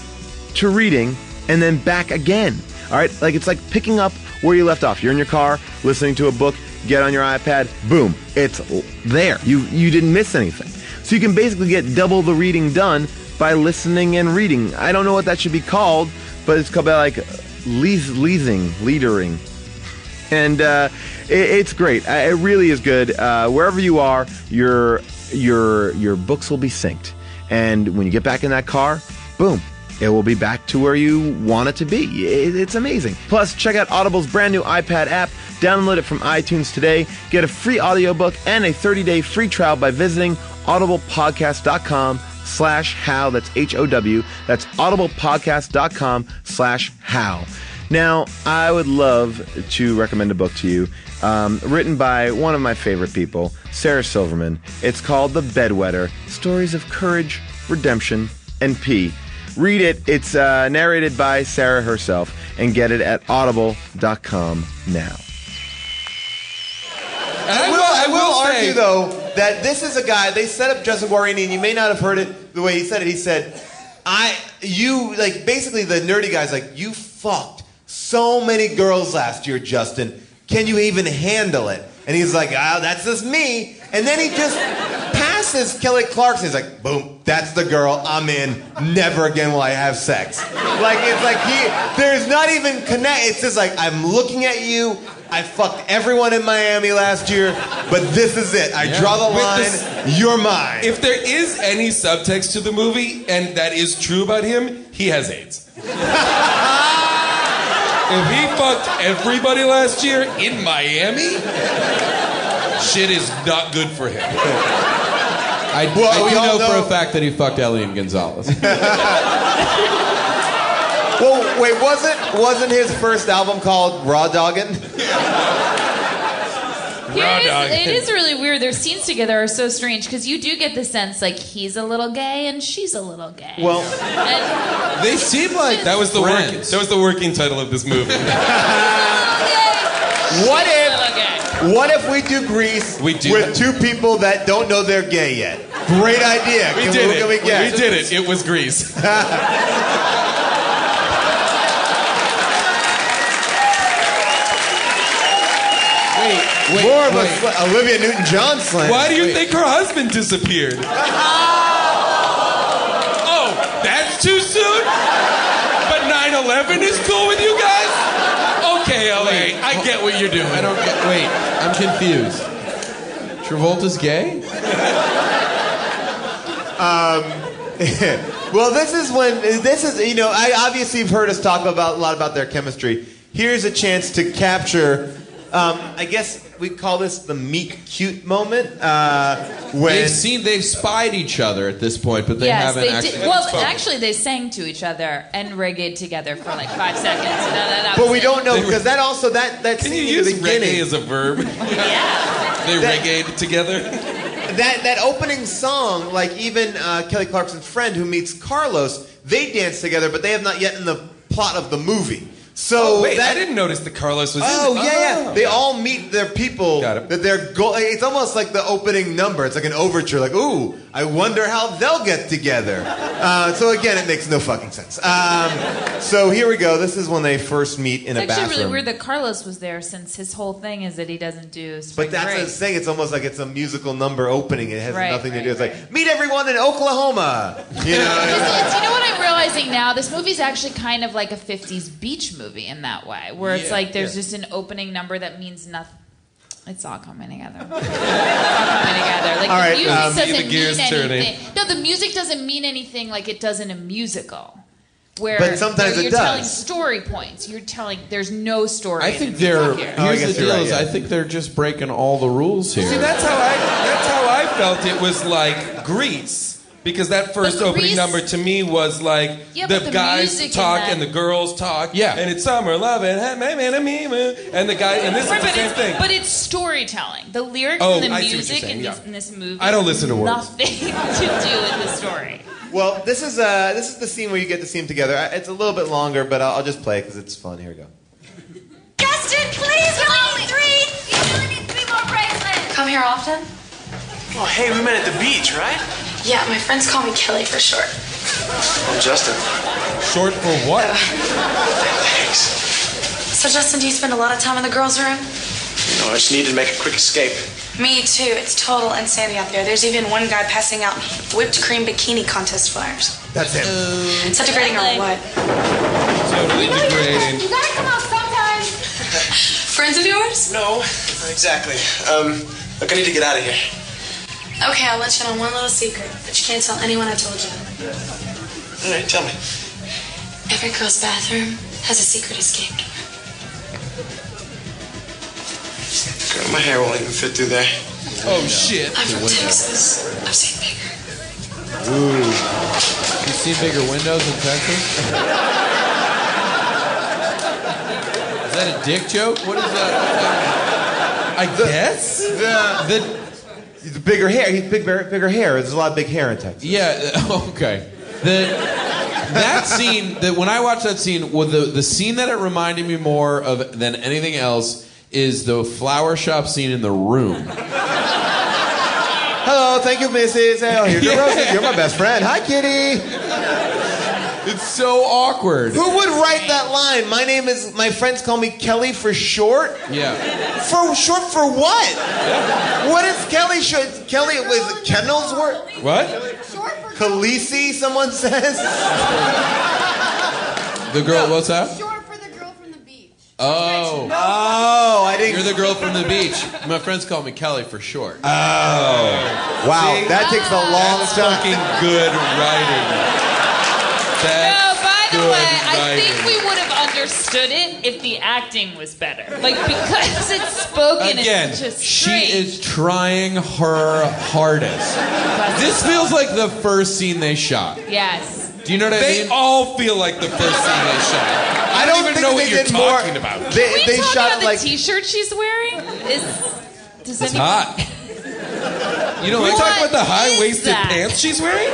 Speaker 1: to reading and then back again. All right, like it's like picking up where you left off. You're in your car listening to a book, get on your iPad, boom, it's l- there. You you didn't miss anything. So you can basically get double the reading done by listening and reading. I don't know what that should be called, but it's called like leas- leasing, leadering and uh, it, it's great. Uh, It really is good. Uh, wherever you are, your your your books will be synced, and when you get back in that car, boom. It will be back to where you want it to be. It- It's amazing. Plus, check out Audible's brand new iPad app. Download it from iTunes today. Get a free audiobook and a 30-day free trial by visiting audiblepodcast.com slash how. That's H-O-W. That's audiblepodcast.com slash how. Now, I would love to recommend a book to you um, written by one of my favorite people, Sarah Silverman. It's called The Bedwetter Stories of Courage, Redemption, and Pee. Read it. It's uh, narrated by Sarah herself and get it at audible.com now.
Speaker 5: And I
Speaker 3: I
Speaker 5: will,
Speaker 3: will, I will
Speaker 5: say,
Speaker 3: argue though that this is a guy. They set up Justin Guarini, and you may not have heard it the way he said it. He said, "I, you, like basically the nerdy guy's like you fucked so many girls last year, Justin. Can you even handle it?" And he's like, "Ah, that's just me." And then he just passes Kelly Clarkson. He's like, "Boom, that's the girl. I'm in. Never again will I have sex." Like it's like he, there's not even connect. It's just like I'm looking at you. I fucked everyone in Miami last year, but this is it. I draw the
Speaker 5: With
Speaker 3: line.
Speaker 5: this-
Speaker 3: you're mine.
Speaker 5: If there is any subtext to the movie, and that is true about him, he has AIDS. if he fucked everybody last year in Miami, shit is not good for him.
Speaker 6: I,
Speaker 3: Well,
Speaker 6: I
Speaker 3: we
Speaker 6: do
Speaker 3: all
Speaker 6: know,
Speaker 3: know-
Speaker 6: for a fact that he fucked Elian Gonzalez.
Speaker 3: well, wait, wasn't wasn't his first album called Raw Doggin?
Speaker 7: Here
Speaker 5: Raw
Speaker 7: it is-
Speaker 5: dog.
Speaker 7: it is really weird. Their scenes together are so strange because you do get the sense like he's a little gay and she's a little gay.
Speaker 3: Well,
Speaker 7: and,
Speaker 6: they seem like
Speaker 5: That was the work,
Speaker 6: friends.
Speaker 5: that was the working title of this movie.
Speaker 3: what
Speaker 7: a
Speaker 3: if
Speaker 7: little gay.
Speaker 3: what if we do Grease
Speaker 5: We do
Speaker 3: with two people that don't know they're gay yet? Great idea.
Speaker 5: We
Speaker 3: Can-
Speaker 5: did
Speaker 3: who
Speaker 5: it.
Speaker 3: Can we, get?
Speaker 5: did it. It was Grease.
Speaker 6: wait, wait,
Speaker 3: More of a
Speaker 6: wait.
Speaker 3: sl- Olivia Newton-John slam.
Speaker 5: Why do you think her husband disappeared? oh, that's it's too soon? But 9 11 is cool with you guys? Okay, LA, I get what you're doing. I
Speaker 6: don't get. Wait, I'm confused. Travolta's gay?
Speaker 3: Um, well, this is when this is you know I obviously you've heard us talk about a lot about their chemistry. Here's a chance to capture. Um, I guess we call this the meet cute moment. Uh, when
Speaker 6: They've seen, they've spied each other at this point, but they
Speaker 7: yes,
Speaker 6: haven't
Speaker 7: they
Speaker 6: actually.
Speaker 7: did. Well, actually, they sang to each other and reggae together for like five seconds. And then that
Speaker 3: but
Speaker 7: was
Speaker 3: we
Speaker 7: it.
Speaker 3: don't know because that also that that
Speaker 5: Can
Speaker 3: scene
Speaker 5: you
Speaker 3: in the
Speaker 5: use
Speaker 3: beginning.
Speaker 5: reggae as a verb? They reggae together?
Speaker 3: that that opening song, like even uh, Kelly Clarkson's friend who meets Carlos, they dance together, but they have not yet in the plot of the movie. So
Speaker 7: Oh,
Speaker 5: wait,
Speaker 3: that
Speaker 5: I didn't notice Oh, that Carlos was. in
Speaker 3: Oh
Speaker 5: it.
Speaker 3: yeah,
Speaker 7: Ah.
Speaker 3: yeah.
Speaker 5: Oh.
Speaker 3: They all meet their people. That they're go- It's almost like the opening number. It's like an overture. Like, ooh, I wonder how they'll get together. Uh, so again, it makes no fucking sense. Um, so here we go. This is when they first meet in a
Speaker 7: It's actually
Speaker 3: bathroom.
Speaker 7: really weird that Carlos was there since his whole thing is that he doesn't do. Spring
Speaker 3: But that's
Speaker 7: break.
Speaker 3: what I'm saying. It's almost like it's a musical number opening. It has
Speaker 7: Right,
Speaker 3: nothing to
Speaker 7: right,
Speaker 3: do. It's like meet everyone in Oklahoma. You know.
Speaker 7: It's- it's- you know what I'm realizing now? This movie's actually kind of like a 50s beach movie in that way, where it's
Speaker 11: Yeah,
Speaker 7: like there's
Speaker 11: yeah.
Speaker 7: just an opening number that means nothing. It's all coming together. it's all coming together. Like
Speaker 5: All
Speaker 7: the
Speaker 5: right,
Speaker 7: music
Speaker 5: um,
Speaker 7: doesn't
Speaker 5: See the gears
Speaker 7: mean
Speaker 5: turning.
Speaker 7: anything. No, the music doesn't mean anything like it does in a musical. Where
Speaker 6: But sometimes
Speaker 7: you're
Speaker 6: it
Speaker 7: telling
Speaker 6: does.
Speaker 7: story points. You're telling there's no story.
Speaker 6: I
Speaker 7: in
Speaker 6: think
Speaker 7: the
Speaker 6: they're.
Speaker 7: music here.
Speaker 6: Here's the
Speaker 5: you're
Speaker 6: deal:
Speaker 5: right,
Speaker 6: is
Speaker 5: yeah.
Speaker 6: I think they're just breaking all the rules here.
Speaker 5: See, that's how I that's how I felt it was like Greece because that first
Speaker 7: But
Speaker 5: opening
Speaker 7: Grease-
Speaker 5: number to me was like
Speaker 7: Yeah,
Speaker 5: the,
Speaker 7: but the
Speaker 5: guys
Speaker 7: music in
Speaker 5: talk
Speaker 7: that-
Speaker 5: and the girls talk.
Speaker 6: Yeah.
Speaker 5: and it's summer love and hey, man, man, me, man. and the guy and this
Speaker 7: Right,
Speaker 5: is the
Speaker 7: but
Speaker 5: same
Speaker 7: it's-
Speaker 5: thing.
Speaker 7: But it's storytelling. The lyrics
Speaker 5: Oh,
Speaker 7: and the
Speaker 5: I see what you're
Speaker 7: music
Speaker 5: saying,
Speaker 7: in,
Speaker 5: yeah.
Speaker 7: this, in this movie.
Speaker 5: I don't listen to words.
Speaker 7: Nothing to do with the story.
Speaker 3: well, this is uh, this is the scene where you get to see them together. I- It's a little bit longer, but I'll, I'll just play it because it's fun. Here we go.
Speaker 12: Justin, please, you only need three. You only need three more bracelets. Come here often?
Speaker 10: Oh, hey, we met at the beach, right?
Speaker 12: Yeah, my friends call me Kelly for short.
Speaker 10: I'm Justin.
Speaker 5: Short for what?
Speaker 10: Thanks.
Speaker 12: So, Justin, do you spend a lot of time in the girls' room?
Speaker 10: No, I just needed to make a quick escape.
Speaker 12: Me too. It's total insanity out there. There's even one guy passing out whipped cream bikini contest flyers.
Speaker 3: That's him.
Speaker 6: Uh,
Speaker 12: It's degrading or what?
Speaker 5: Totally degrading.
Speaker 12: gotta come out sometimes. friends of yours?
Speaker 10: No, exactly. Um, look, I need to get out of here.
Speaker 12: Okay, I'll let you in on one little secret, but you can't tell anyone I told you.
Speaker 10: All right, tell me.
Speaker 12: Every girl's bathroom has a secret escape door.
Speaker 10: Girl, my hair won't even fit through there.
Speaker 5: Oh shit!
Speaker 12: I'm from Texas. I've seen bigger.
Speaker 6: Ooh. You seen bigger windows in Texas? is that a dick joke? What is that? I guess.
Speaker 3: The, the bigger hair. He's big, bigger hair. There's a lot of big hair in Texas.
Speaker 6: Yeah. Okay. The that scene that when I watched that scene, well, the the scene that it reminded me more of than anything else is the flower shop scene in the room.
Speaker 3: Hello, thank you, Mrs. Hey, oh, here's your roses. You're my best friend. Hi, Kitty.
Speaker 6: It's so awkward.
Speaker 3: Who would write that line? My name is. My friends call me Kelly for short.
Speaker 6: Yeah.
Speaker 3: For short for what? What is Kelly short? Kelly was Kendall's work.
Speaker 6: What?
Speaker 3: Khaleesi, someone says.
Speaker 6: The girl. What's that? Oh.
Speaker 3: Oh, I didn't.
Speaker 6: You're the girl from the beach. My friends call me Kelly for short.
Speaker 5: Ah.
Speaker 3: Oh. Wow,
Speaker 6: See?
Speaker 3: that takes a long
Speaker 6: That's
Speaker 3: time.
Speaker 6: fucking good writing. That's
Speaker 7: No, by the
Speaker 6: good
Speaker 7: way, I
Speaker 6: writing.
Speaker 7: think we would have understood it if the acting was better. Like because it's spoken
Speaker 6: Again,
Speaker 7: it's just
Speaker 6: she
Speaker 7: straight.
Speaker 6: is trying her hardest. This feels like the first scene they shot.
Speaker 7: yes.
Speaker 6: Do you know what I
Speaker 5: They
Speaker 6: mean?
Speaker 5: all feel like the first scene they shot.
Speaker 3: I don't
Speaker 5: even
Speaker 3: think
Speaker 5: know
Speaker 3: they
Speaker 5: what you're
Speaker 3: did more-
Speaker 5: talking about.
Speaker 3: They-
Speaker 7: Can we
Speaker 3: they
Speaker 7: talk
Speaker 3: shot,
Speaker 7: about the
Speaker 3: like-
Speaker 7: t-shirt she's wearing? Is does
Speaker 6: It's
Speaker 7: anyone-
Speaker 6: hot. You know,
Speaker 5: Can we
Speaker 6: what?
Speaker 5: talk about the
Speaker 7: What
Speaker 5: high
Speaker 7: is
Speaker 5: waisted
Speaker 7: that?
Speaker 5: pants she's wearing?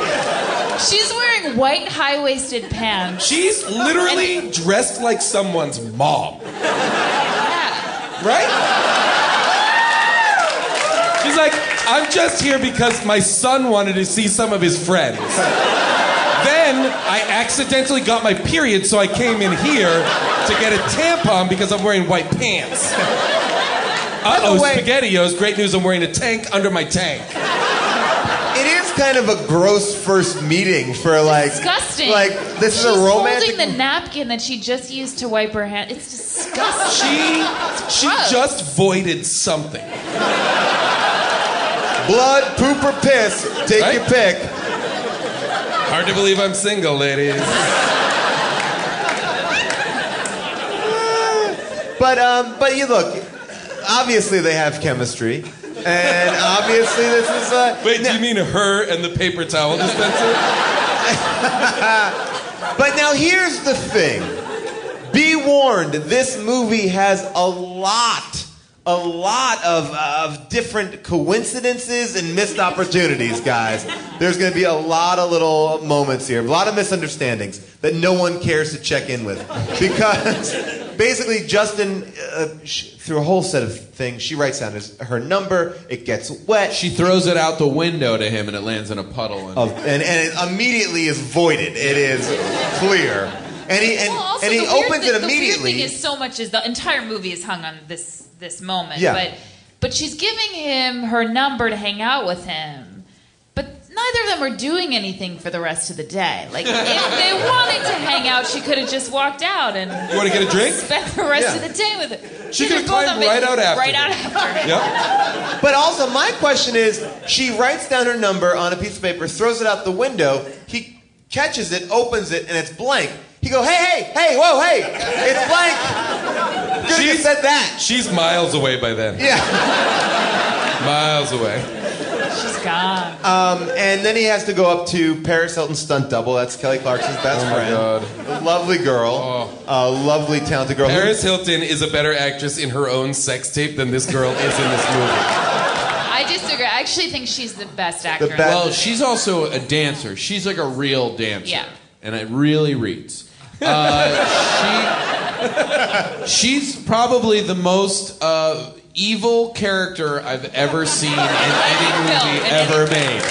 Speaker 7: She's wearing white high-waisted pants.
Speaker 5: She's literally dressed like someone's mom. Right? She's like, I'm just here because my son wanted to see some of his friends. Then I accidentally got my period, so I came in here to get a tampon because I'm wearing white pants. Uh oh,
Speaker 3: way-
Speaker 5: SpaghettiOs. Great news, I'm wearing a tank under my tank.
Speaker 3: It is kind of a gross first meeting for like
Speaker 7: disgusting.
Speaker 3: Like this
Speaker 7: She's
Speaker 3: is a romantic.
Speaker 7: holding the napkin that she just used to wipe her hand. It's disgusting. It's
Speaker 5: She
Speaker 7: gross.
Speaker 5: just voided something.
Speaker 3: Blood, poop, or piss. Take your pick.
Speaker 5: Hard to believe I'm single, ladies.
Speaker 3: But um, but you look. Obviously, they have chemistry, and obviously, this is a.
Speaker 5: Wait, do you mean her and the paper towel dispenser?
Speaker 3: But now here's the thing. Be warned, this movie has a lot, a lot of, of different coincidences and missed opportunities, guys. There's going to be a lot of little moments here, a lot of misunderstandings that no one cares to check in with. Because basically, Justin, uh, sh through a whole set of things, she writes down his, her number, it gets wet.
Speaker 6: She throws it out the window to him and it lands in a puddle. And,
Speaker 3: Of, and, and it immediately is voided. It is clear. And he, and,
Speaker 7: Well, also
Speaker 3: and he
Speaker 7: the weird
Speaker 3: opens
Speaker 7: thing-
Speaker 3: it
Speaker 7: The weird
Speaker 3: immediately.
Speaker 7: thing is, so much is the entire movie is hung on this this moment.
Speaker 3: Yeah.
Speaker 7: But but she's giving him her number to hang out with him. But neither of them are doing anything for the rest of the day. Like if they wanted to hang out, she could have just walked out and
Speaker 5: You wanna get a drink?
Speaker 7: Spent the rest
Speaker 3: Yeah.
Speaker 7: of the day with it.
Speaker 5: She
Speaker 7: They're
Speaker 5: could've
Speaker 7: both
Speaker 5: climbed
Speaker 7: on
Speaker 5: right out
Speaker 7: vacation,
Speaker 5: after
Speaker 7: Right
Speaker 5: them.
Speaker 7: out after.
Speaker 3: But also, my question is she writes down her number on a piece of paper, throws it out the window. He catches it, opens it, and it's blank. He go, hey, hey, hey, whoa, hey, it's blank. Good you said that.
Speaker 5: She's miles away by then.
Speaker 3: Yeah.
Speaker 5: Miles away.
Speaker 7: She's gone.
Speaker 3: Um, and then he has to go up to Paris Hilton's stunt double. That's Kelly Clarkson's best
Speaker 5: Oh my Oh.
Speaker 3: friend. A lovely girl. A lovely, talented girl. who-
Speaker 5: Paris Hilton is a better actress in her own sex tape than this girl is in this movie.
Speaker 7: I disagree. I actually think she's the best actor.
Speaker 6: well, she's also a dancer. She's like a real dancer.
Speaker 7: Yeah.
Speaker 6: And it really reads. Uh, she, she's probably the most uh, evil character I've ever seen in any movie ever made.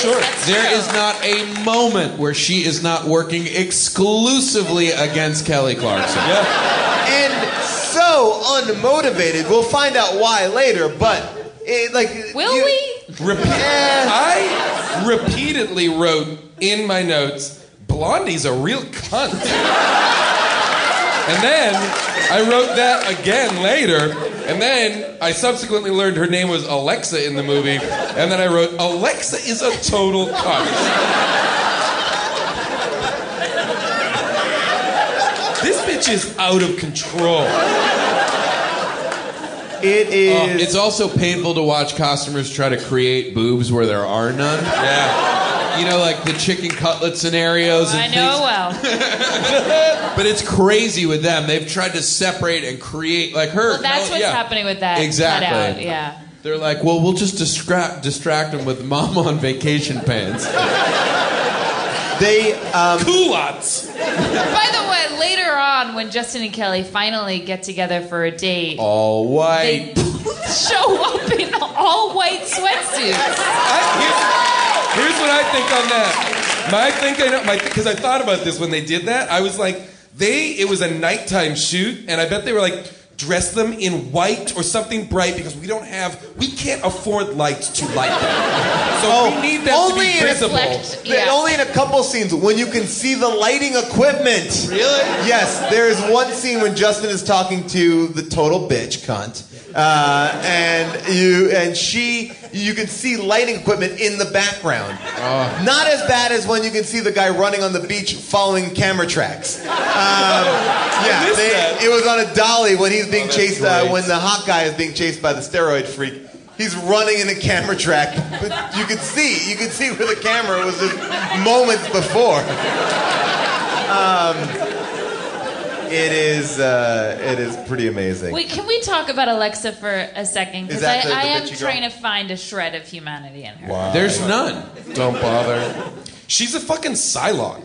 Speaker 7: sure.
Speaker 6: There is not a moment where she is not working exclusively against Kelly Clarkson.
Speaker 3: and so unmotivated. We'll find out why later, but it, like
Speaker 7: Will we?
Speaker 5: Repeat- I repeatedly wrote in my notes, Blondie's a real cunt. and then I wrote that again later. And then I subsequently learned her name was Alexa in the movie. And then I wrote, Alexa is a total cunt. this bitch is out of control.
Speaker 3: It
Speaker 6: Oh, it's also painful to watch customers try to create boobs where there are none. Yeah. You know, like the chicken cutlet scenarios and
Speaker 7: I know
Speaker 6: things.
Speaker 7: well.
Speaker 6: But it's crazy with them. They've tried to separate and create like her.
Speaker 7: Well, that's
Speaker 6: no,
Speaker 7: what's
Speaker 6: yeah.
Speaker 7: happening with that
Speaker 6: Exactly.
Speaker 7: cutout. Yeah.
Speaker 6: They're like, well, we'll just distract distract them with mom on vacation pants.
Speaker 3: they um,
Speaker 5: Culottes.
Speaker 7: By the way, later on, when Justin and Kelly finally get together for a date,
Speaker 6: All
Speaker 7: they
Speaker 6: white.
Speaker 7: both show up in all white sweatsuits.
Speaker 5: Here's what I think on that. My think I know my because I thought about this when they did that. I was like, they it was a nighttime shoot, and I bet they were like, dress them in white or something bright because we don't have we can't afford lights to light them. So we need that
Speaker 3: Oh, only
Speaker 5: to be
Speaker 3: in a
Speaker 5: visible.
Speaker 7: Reflect-
Speaker 3: Th-
Speaker 7: yeah.
Speaker 3: Only in a couple scenes when you can see the lighting equipment. Really? Yes. There is one scene when Justin is talking to the total bitch cunt, uh, and you and she, you can see lighting equipment in the background. Not as bad as when you can see the guy running on the beach following camera tracks. Um, yeah,
Speaker 5: missed
Speaker 3: they-
Speaker 5: that.
Speaker 3: it was on a dolly when he's being
Speaker 5: Oh, that's
Speaker 3: chased. Uh,
Speaker 5: great.
Speaker 3: when the hot guy is being chased by the steroid freak. He's running in a camera track. But you could see, you could see where the camera was just moments before. Um, it is, uh, it is pretty amazing.
Speaker 7: Wait, can we talk about Alexa for a second?
Speaker 3: Is
Speaker 7: Because I,
Speaker 3: that the- the
Speaker 7: I am
Speaker 3: bitchy girl?
Speaker 7: trying to find a shred of humanity in her.
Speaker 6: There's none.
Speaker 5: Don't bother. She's a fucking Cylon.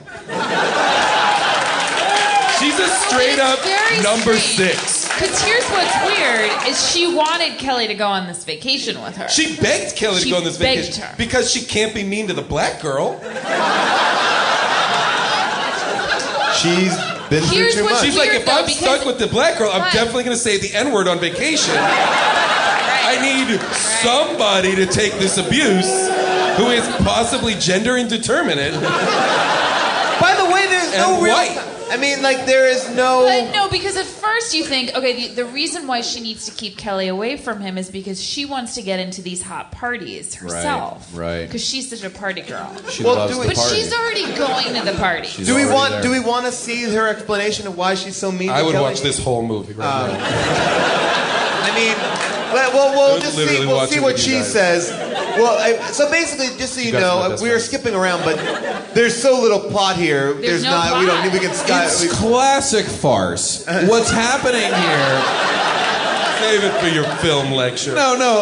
Speaker 5: She's a straight up
Speaker 7: Very
Speaker 5: number
Speaker 7: strange.
Speaker 5: six.
Speaker 7: Because here's what's weird is she wanted Kelly to go on this vacation with her.
Speaker 5: She begged Kelly
Speaker 7: She
Speaker 5: to go on this
Speaker 7: begged
Speaker 5: vacation
Speaker 7: her.
Speaker 5: because she can't be mean to the black girl.
Speaker 3: She's been through
Speaker 7: Here's
Speaker 3: too
Speaker 7: what
Speaker 3: much.
Speaker 7: she-
Speaker 5: She's like,
Speaker 7: Weird,
Speaker 5: if
Speaker 7: though,
Speaker 5: I'm
Speaker 7: because-
Speaker 5: stuck with the black girl, I'm
Speaker 7: Right.
Speaker 5: definitely going to say the N word on vacation. I need somebody to take this abuse who is possibly gender indeterminate.
Speaker 3: By the way, there's
Speaker 5: no
Speaker 3: real-
Speaker 5: I
Speaker 3: mean, like, there is no.
Speaker 7: But no, because at first you think, okay, the, the reason why she needs to keep Kelly away from him is because she wants to get into these hot parties herself.
Speaker 3: right.
Speaker 7: Because she's such a party girl.
Speaker 3: She Well, loves do the we-
Speaker 7: but she's already going to the party.
Speaker 3: do we want do we want to see her explanation of why she's so mean?
Speaker 5: I
Speaker 3: to
Speaker 5: would
Speaker 3: Kelly?
Speaker 5: watch this whole movie right now.
Speaker 3: I mean, let- well,
Speaker 5: I
Speaker 3: we'll
Speaker 5: would
Speaker 3: just see.
Speaker 5: literally
Speaker 3: We'll
Speaker 5: watch
Speaker 3: see
Speaker 5: it
Speaker 3: what
Speaker 5: with
Speaker 3: she
Speaker 5: you guys.
Speaker 3: says. Well, I, so basically, just so you,
Speaker 5: You guys are my
Speaker 3: know, uh,
Speaker 5: best
Speaker 3: we are skipping around, but there's so little plot here. There's,
Speaker 5: no
Speaker 3: not. We don't.
Speaker 5: plot.
Speaker 3: We can sky.
Speaker 6: It's
Speaker 3: we-
Speaker 6: classic farce. What's happening here?
Speaker 5: Save it for your film lecture.
Speaker 6: No, no.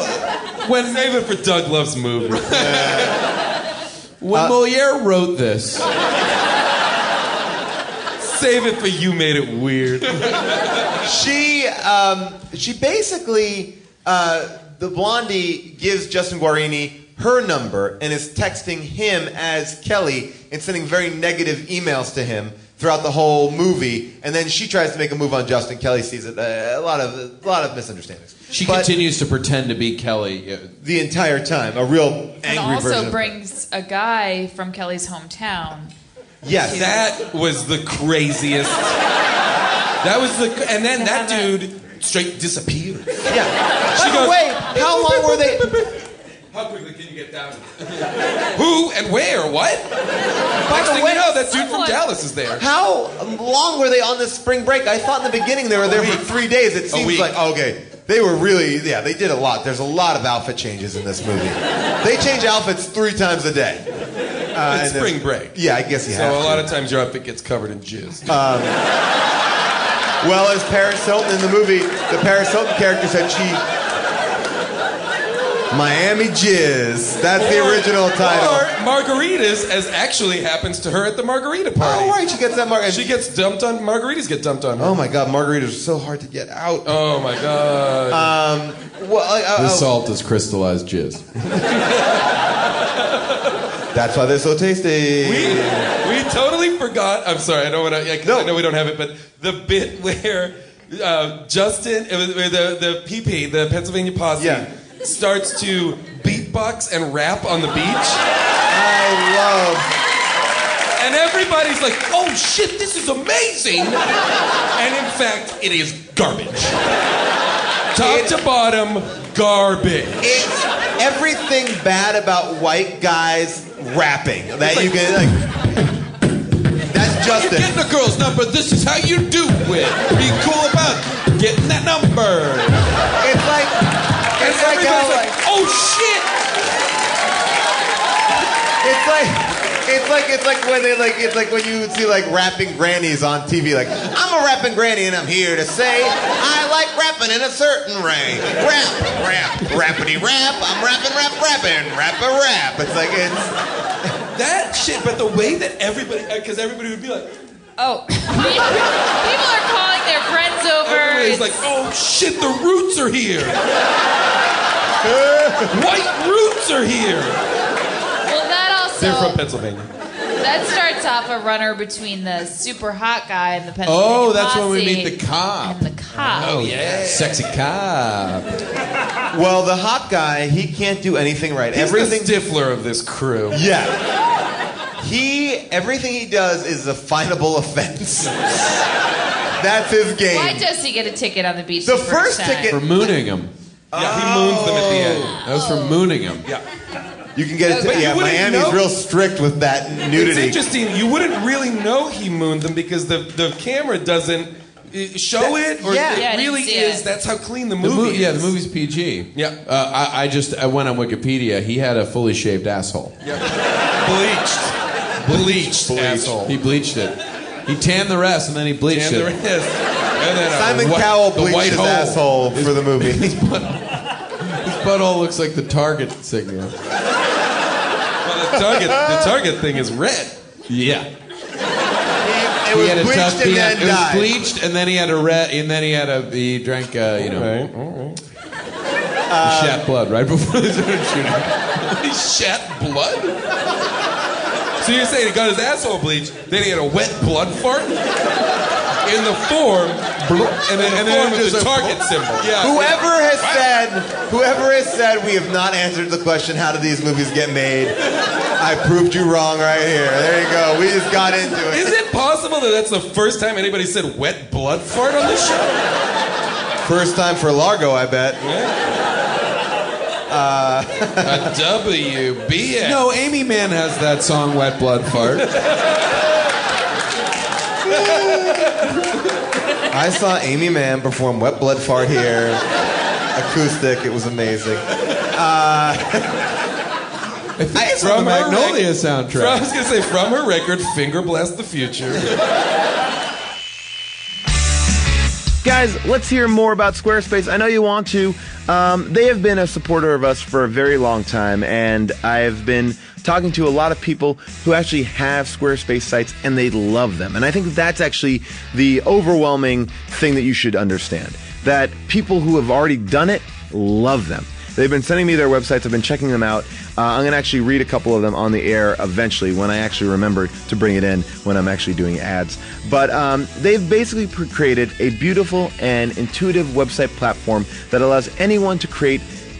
Speaker 6: When
Speaker 5: Save it for Doug Love's movie.
Speaker 3: Uh,
Speaker 6: when Moliere wrote this,
Speaker 5: Save it for you made it weird.
Speaker 3: she um, she basically uh, the blondie gives Justin Guarini her number and is texting him as Kelly and sending very negative emails to him throughout the whole movie. And then she tries to make a move on Justin. Kelly sees it. Uh, a lot of a lot of misunderstandings.
Speaker 6: she
Speaker 3: But-
Speaker 6: continues to pretend to be Kelly.
Speaker 3: The entire time, a real
Speaker 7: And
Speaker 3: angry version.
Speaker 7: also
Speaker 3: of-
Speaker 7: brings a guy from Kelly's hometown.
Speaker 3: Yes.
Speaker 5: That was the craziest. That was the. And then that dude straight disappeared.
Speaker 3: yeah.
Speaker 5: She
Speaker 3: By the
Speaker 5: goes-
Speaker 3: way, how long were they?
Speaker 5: How quickly can you get down? Who and where? What?
Speaker 3: By
Speaker 5: Next
Speaker 3: the
Speaker 5: thing
Speaker 3: way,
Speaker 5: you know, that dude from Dallas is there.
Speaker 3: How long were they on this spring break? I thought in the beginning they were there for three days. It seems
Speaker 5: week.
Speaker 3: like okay, they were really yeah. They did a lot. There's a lot of outfit changes in this movie. they change outfits three times a day. Uh,
Speaker 5: it's
Speaker 3: and then-
Speaker 5: spring break.
Speaker 3: Yeah, I guess you
Speaker 5: So
Speaker 3: have
Speaker 5: a
Speaker 3: to.
Speaker 5: lot of times your outfit gets covered in jizz.
Speaker 3: Um, well, as Paris Hilton in the movie, the Paris Hilton character said she. Miami Jizz. That's the original title.
Speaker 5: Or margaritas, as actually happens to her at the margarita party.
Speaker 3: Oh, right, she gets that margarita.
Speaker 5: She gets dumped on. Margaritas get dumped on her.
Speaker 3: Oh my God, margaritas are so hard to get out.
Speaker 5: Oh my god.
Speaker 3: Um, well, uh,
Speaker 6: The
Speaker 3: uh,
Speaker 6: salt is crystallized jizz.
Speaker 3: that's why they're so tasty.
Speaker 5: we we totally forgot. I'm sorry. I don't want to. I know we don't have it, but the bit where uh, Justin, it was, where the the PP, the Pennsylvania Posse,
Speaker 3: Yeah.
Speaker 5: starts to beatbox and rap on the beach,
Speaker 3: I love.
Speaker 5: and everybody's like, "Oh shit, this is amazing!" and in fact, it is garbage. Top to bottom, garbage.
Speaker 3: It's everything bad about white guys rapping that you can. Like, that's
Speaker 6: You're
Speaker 3: Justin.
Speaker 6: getting a girl's number. This is how you do it. Be cool about getting that number.
Speaker 3: It's like
Speaker 5: And
Speaker 3: it's like how
Speaker 5: everybody's like,
Speaker 3: like
Speaker 5: "Oh shit!"
Speaker 3: it's like. It's like it's like when they like it's like when you see like rapping grannies on TV like I'm a rapping granny and I'm here to say I like rapping in a certain way rap rap rappity rap I'm rapping rap rapping rap a rap it's like it's
Speaker 5: That shit. But the way that everybody, because everybody would be like.
Speaker 7: Oh. People are calling their friends over.
Speaker 5: Everybody's
Speaker 7: It's-
Speaker 5: like, oh shit, the roots are here. White roots are here.
Speaker 7: well, that also.
Speaker 5: They're from Pennsylvania.
Speaker 7: That starts off a runner between the super hot guy and the Pennsylvania
Speaker 6: Oh, that's when we
Speaker 7: Posse
Speaker 6: meet the cop.
Speaker 7: and the cop.
Speaker 6: Oh yeah, sexy cop.
Speaker 3: well the hot guy he can't do anything right
Speaker 5: He's
Speaker 3: everything
Speaker 5: the Stifler of this crew.
Speaker 3: Yeah. He everything he does is a finable offense. That's his game.
Speaker 7: Why does he get a ticket on the beach?
Speaker 3: The first
Speaker 7: time?
Speaker 3: ticket-
Speaker 6: For mooning him.
Speaker 5: Yeah, he moons them at the end.
Speaker 6: That was for mooning him.
Speaker 3: you can get it.
Speaker 5: But you
Speaker 3: yeah,
Speaker 5: wouldn't
Speaker 3: Miami's
Speaker 5: know-
Speaker 3: real strict with that
Speaker 5: It's
Speaker 3: nudity.
Speaker 5: interesting. You wouldn't really know he mooned them because the, the camera doesn't uh, show
Speaker 3: That-
Speaker 5: it, or
Speaker 3: yeah.
Speaker 7: Yeah, I
Speaker 5: it
Speaker 7: didn't
Speaker 5: really
Speaker 7: see
Speaker 5: is.
Speaker 7: it.
Speaker 5: That's how clean the
Speaker 6: The
Speaker 5: movie
Speaker 6: mo-
Speaker 5: is.
Speaker 6: yeah, the movie's PG.
Speaker 5: Yeah.
Speaker 6: Uh, I, I just I went on Wikipedia. He had a fully shaved asshole.
Speaker 5: bleached, bleached, asshole.
Speaker 6: He bleached it. He tanned the rest and then he bleached
Speaker 5: And there
Speaker 6: it.
Speaker 5: is. And then a
Speaker 3: Simon
Speaker 5: white-
Speaker 3: Cowell
Speaker 5: Uh, the
Speaker 3: bleached
Speaker 5: white
Speaker 3: his
Speaker 5: hole.
Speaker 3: asshole for the movie.
Speaker 6: His butthole looks like the target signal.
Speaker 5: Well, the target, the target thing is red.
Speaker 6: Yeah.
Speaker 3: it
Speaker 6: He
Speaker 3: was
Speaker 6: had a
Speaker 3: bleached
Speaker 6: tough.
Speaker 3: and
Speaker 6: he had-
Speaker 3: then
Speaker 6: it was
Speaker 3: died.
Speaker 6: bleached and then he had a red. And then he had a. He drank. Uh, you know.
Speaker 5: Right. All right.
Speaker 3: Uh,
Speaker 6: he shat blood right before the shooting.
Speaker 5: He shat blood? So you're saying he got his asshole bleached, then he had a wet blood fart? in the form, and then, and then with the target symbol. Yeah.
Speaker 3: Whoever has said, whoever has said we have not answered the question, how do these movies get made? I proved you wrong right here. There you go. We just got into it.
Speaker 5: Is it possible that that's the first time anybody said wet blood fart on this show?
Speaker 3: First time for Largo, I bet.
Speaker 5: Uh, a WBS.
Speaker 6: No, Amy Mann has that song "Wet Blood Fart."
Speaker 3: I saw Amy Mann perform Wet Blood Fart here, acoustic. It was amazing.
Speaker 6: I think it's from the
Speaker 5: her rec-
Speaker 6: Magnolia
Speaker 5: From- I
Speaker 6: soundtrack.
Speaker 5: was gonna say from her record, "Finger Blast the Future."
Speaker 1: Guys, let's hear more about Squarespace. I know you want to. Um, they have been a supporter of us for a very long time, and I've been talking to a lot of people who actually have Squarespace sites and they love them. And I think that's actually the overwhelming thing that you should understand that people who have already done it love them. They've been sending me their websites. I've been checking them out. Uh, I'm going to actually read a couple of them on the air eventually when I actually remember to bring it in when I'm actually doing ads. But um, they've basically pr- created a beautiful and intuitive website platform that allows anyone to create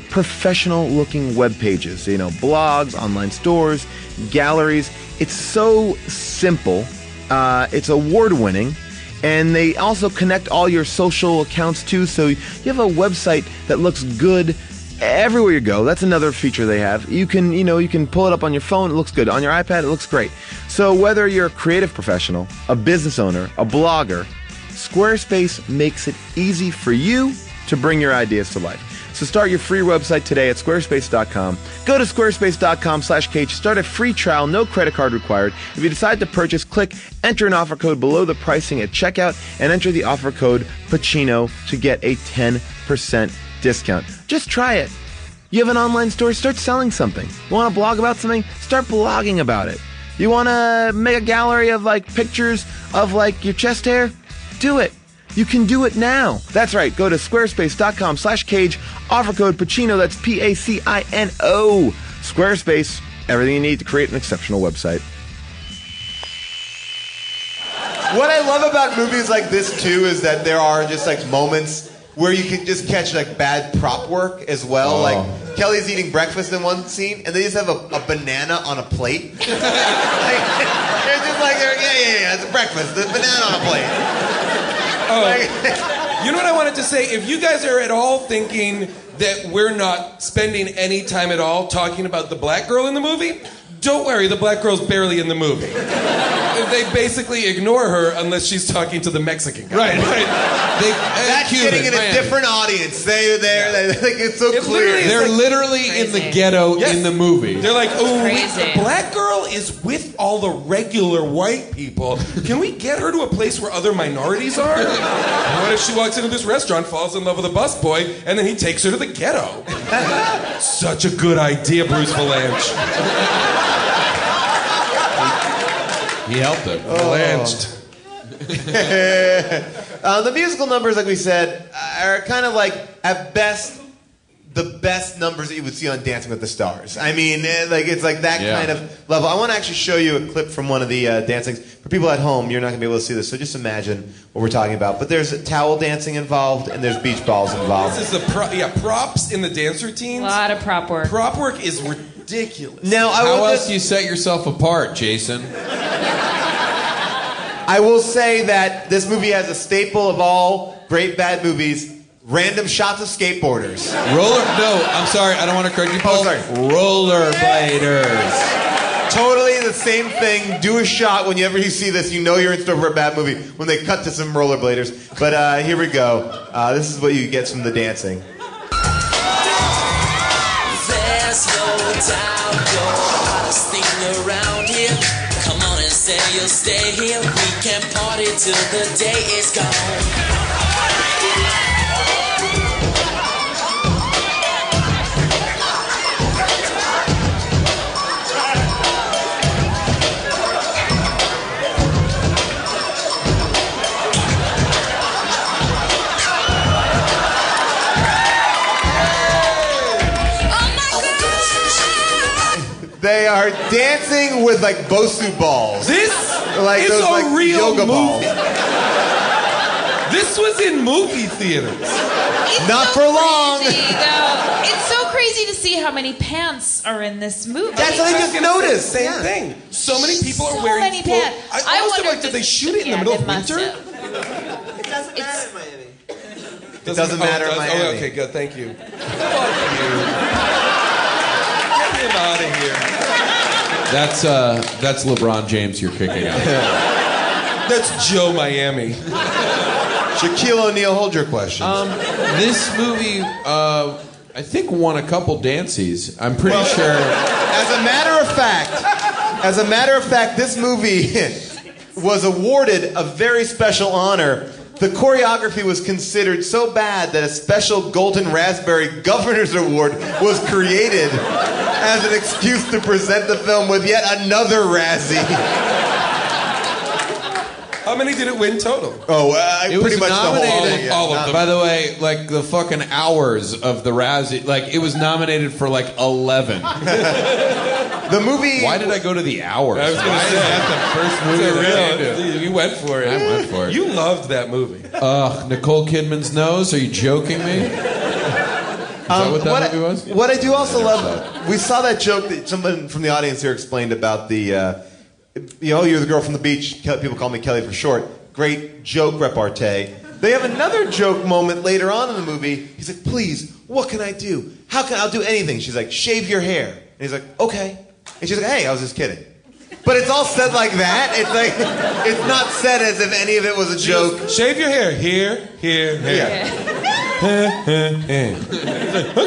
Speaker 1: professional looking web pages, you know, blogs, online stores, galleries. It's so simple, uh, it's award winning and they also connect all your social accounts too so you have a website that looks good everywhere you go that's another feature they have you can you know you can pull it up on your phone it looks good on your ipad it looks great so whether you're a creative professional a business owner a blogger squarespace makes it easy for you to bring your ideas to life so start your free website today at squarespace.com. Go to squarespace.com slash cage. Start a free trial, no credit card required. If you decide to purchase, click enter an offer code below the pricing at checkout and enter the offer code Pacino to get a 10% discount. Just try it. You have an online store, start selling something. You want to blog about something? Start blogging about it. You want to make a gallery of like pictures of like your chest hair? Do it. You can do it now. That's right. Go to squarespace.com slash cage. Offer code Pacino. That's P-A-C-I-N-O. Squarespace. Everything you need to create an exceptional website.
Speaker 3: What I love about movies like this too is that there are just like moments where you can just catch like bad prop work as well.
Speaker 6: Oh.
Speaker 3: Like Kelly's eating breakfast in one scene, and they just have a, a banana on a plate. like, they're just like, they're, yeah, yeah, yeah, it's breakfast. There's banana on a plate.
Speaker 5: Oh, You know what I wanted to say? If you guys are at all thinking that we're not spending any time at all talking about the black girl in the movie, don't worry, the black girl's barely in the movie. they basically ignore her unless she's talking to the Mexican guy.
Speaker 6: Right, right. They,
Speaker 3: That's getting in a
Speaker 6: man.
Speaker 3: different audience. They, they're, they like, it's so
Speaker 5: It
Speaker 3: clear.
Speaker 5: literally is
Speaker 6: They're
Speaker 5: like-
Speaker 6: literally in the ghetto
Speaker 5: Yes.
Speaker 6: in the movie.
Speaker 5: They're like, oh, we-
Speaker 7: Crazy.
Speaker 5: the black girl is with all the regular white people. Can we get her to a place where other minorities are? what if she walks into this restaurant, falls in love with a busboy, and then he takes her to the ghetto? Such a good idea, Bruce Valanche.
Speaker 6: he helped her.
Speaker 5: Oh. Valanche.
Speaker 3: Uh, the musical numbers, like we said, are kind of like at best the best numbers that you would see on Dancing with the Stars. I mean, eh, like it's like that
Speaker 6: Yeah.
Speaker 3: kind of level. I want to actually show you a clip from one of the uh, dancings. For people at home, you're not going to be able to see this, so just imagine what we're talking about. But there's towel dancing involved, and there's beach balls involved.
Speaker 5: This is the pro- yeah props in the dance
Speaker 7: A
Speaker 5: routines.
Speaker 7: lot of prop work.
Speaker 5: Prop work is ridiculous.
Speaker 3: now, I
Speaker 6: How
Speaker 3: will,
Speaker 6: else
Speaker 3: just-
Speaker 6: do you set yourself apart, Jason?
Speaker 3: I will say that this movie has a staple of all great bad movies: random shots of skateboarders.
Speaker 6: Roller? No, I'm sorry. I don't want to correct you, Paul.
Speaker 3: Oh, sorry.
Speaker 6: Rollerbladers.
Speaker 3: Totally the same thing. Do a shot whenever you see this. You know you're in store for a bad movie when they cut to some rollerbladers. But uh, here we go. Uh, this is what you get from the dancing.
Speaker 9: There's no doubt you're the hottest thing around here. Come on and say you'll stay here. We can party till the day is gone.
Speaker 3: They are dancing with like Bosu balls.
Speaker 5: This
Speaker 3: Like
Speaker 5: is
Speaker 3: those
Speaker 5: a
Speaker 3: like
Speaker 5: real
Speaker 3: yoga
Speaker 5: movie.
Speaker 3: balls.
Speaker 5: This was in movie theaters.
Speaker 3: Not for long.
Speaker 7: Crazy, though. It's so crazy to see how many pants are in this movie.
Speaker 3: That's what I just noticed. Same thing.
Speaker 5: So many people are
Speaker 7: So
Speaker 5: wearing.
Speaker 7: many
Speaker 5: full-
Speaker 7: pants.
Speaker 5: I,
Speaker 7: I
Speaker 5: I almost am
Speaker 7: wonder
Speaker 5: like,
Speaker 7: if
Speaker 5: did they
Speaker 7: it's
Speaker 5: shoot it in the
Speaker 7: Japan.
Speaker 5: middle of
Speaker 7: It must
Speaker 5: winter?
Speaker 7: have.
Speaker 11: It doesn't matter in Miami.
Speaker 5: It
Speaker 3: doesn't matter in
Speaker 5: Oh, it does-
Speaker 3: Miami.
Speaker 5: Oh, okay, good. Thank you. Fuck you. Get him out of here.
Speaker 6: That's uh, that's LeBron James you're kicking out.
Speaker 5: That's Joe Miami.
Speaker 3: Shaquille O'Neal, hold your question.
Speaker 6: um, this movie, uh, I think won a couple dances. I'm pretty sure.
Speaker 3: As a matter of fact, as a matter of fact, this movie was awarded a very special honor. The choreography was considered so bad that a special Golden Raspberry Governor's Award was created as an excuse to present the film with yet another Razzie.
Speaker 5: How many did it win total?
Speaker 3: Oh,
Speaker 5: Oh,
Speaker 3: uh,
Speaker 6: It was
Speaker 3: pretty much the whole thing.
Speaker 6: nominated.
Speaker 3: yeah.
Speaker 6: all of them. By the way, like the fucking hours of the Razzie, like it was nominated for like eleven.
Speaker 5: oh.
Speaker 3: The movie.
Speaker 6: Why did I go to the hours?
Speaker 5: I was gonna
Speaker 6: Why is
Speaker 5: say.
Speaker 6: that the first movie that I came to?
Speaker 5: You went for it.
Speaker 6: I went for it.
Speaker 5: You loved that movie.
Speaker 6: Ugh, Nicole Kidman's nose? Are you joking me? Is that what that
Speaker 3: Um, what,
Speaker 6: movie
Speaker 3: I,
Speaker 6: was?
Speaker 3: what I do also love, we saw that joke that someone from the audience here explained about the, uh, you know, you're the girl from the beach. Ke- People call me Kelly for short. Great joke repartee. They have another joke moment later on in the movie. He's like, please, what can I do? How can I do anything? She's like, shave your hair. And he's like, okay. And she's like, hey, I was just kidding. But it's all said like that. It's like, it's not said as if any of it was a joke.
Speaker 5: Shave your hair here, here, here.
Speaker 3: Yeah.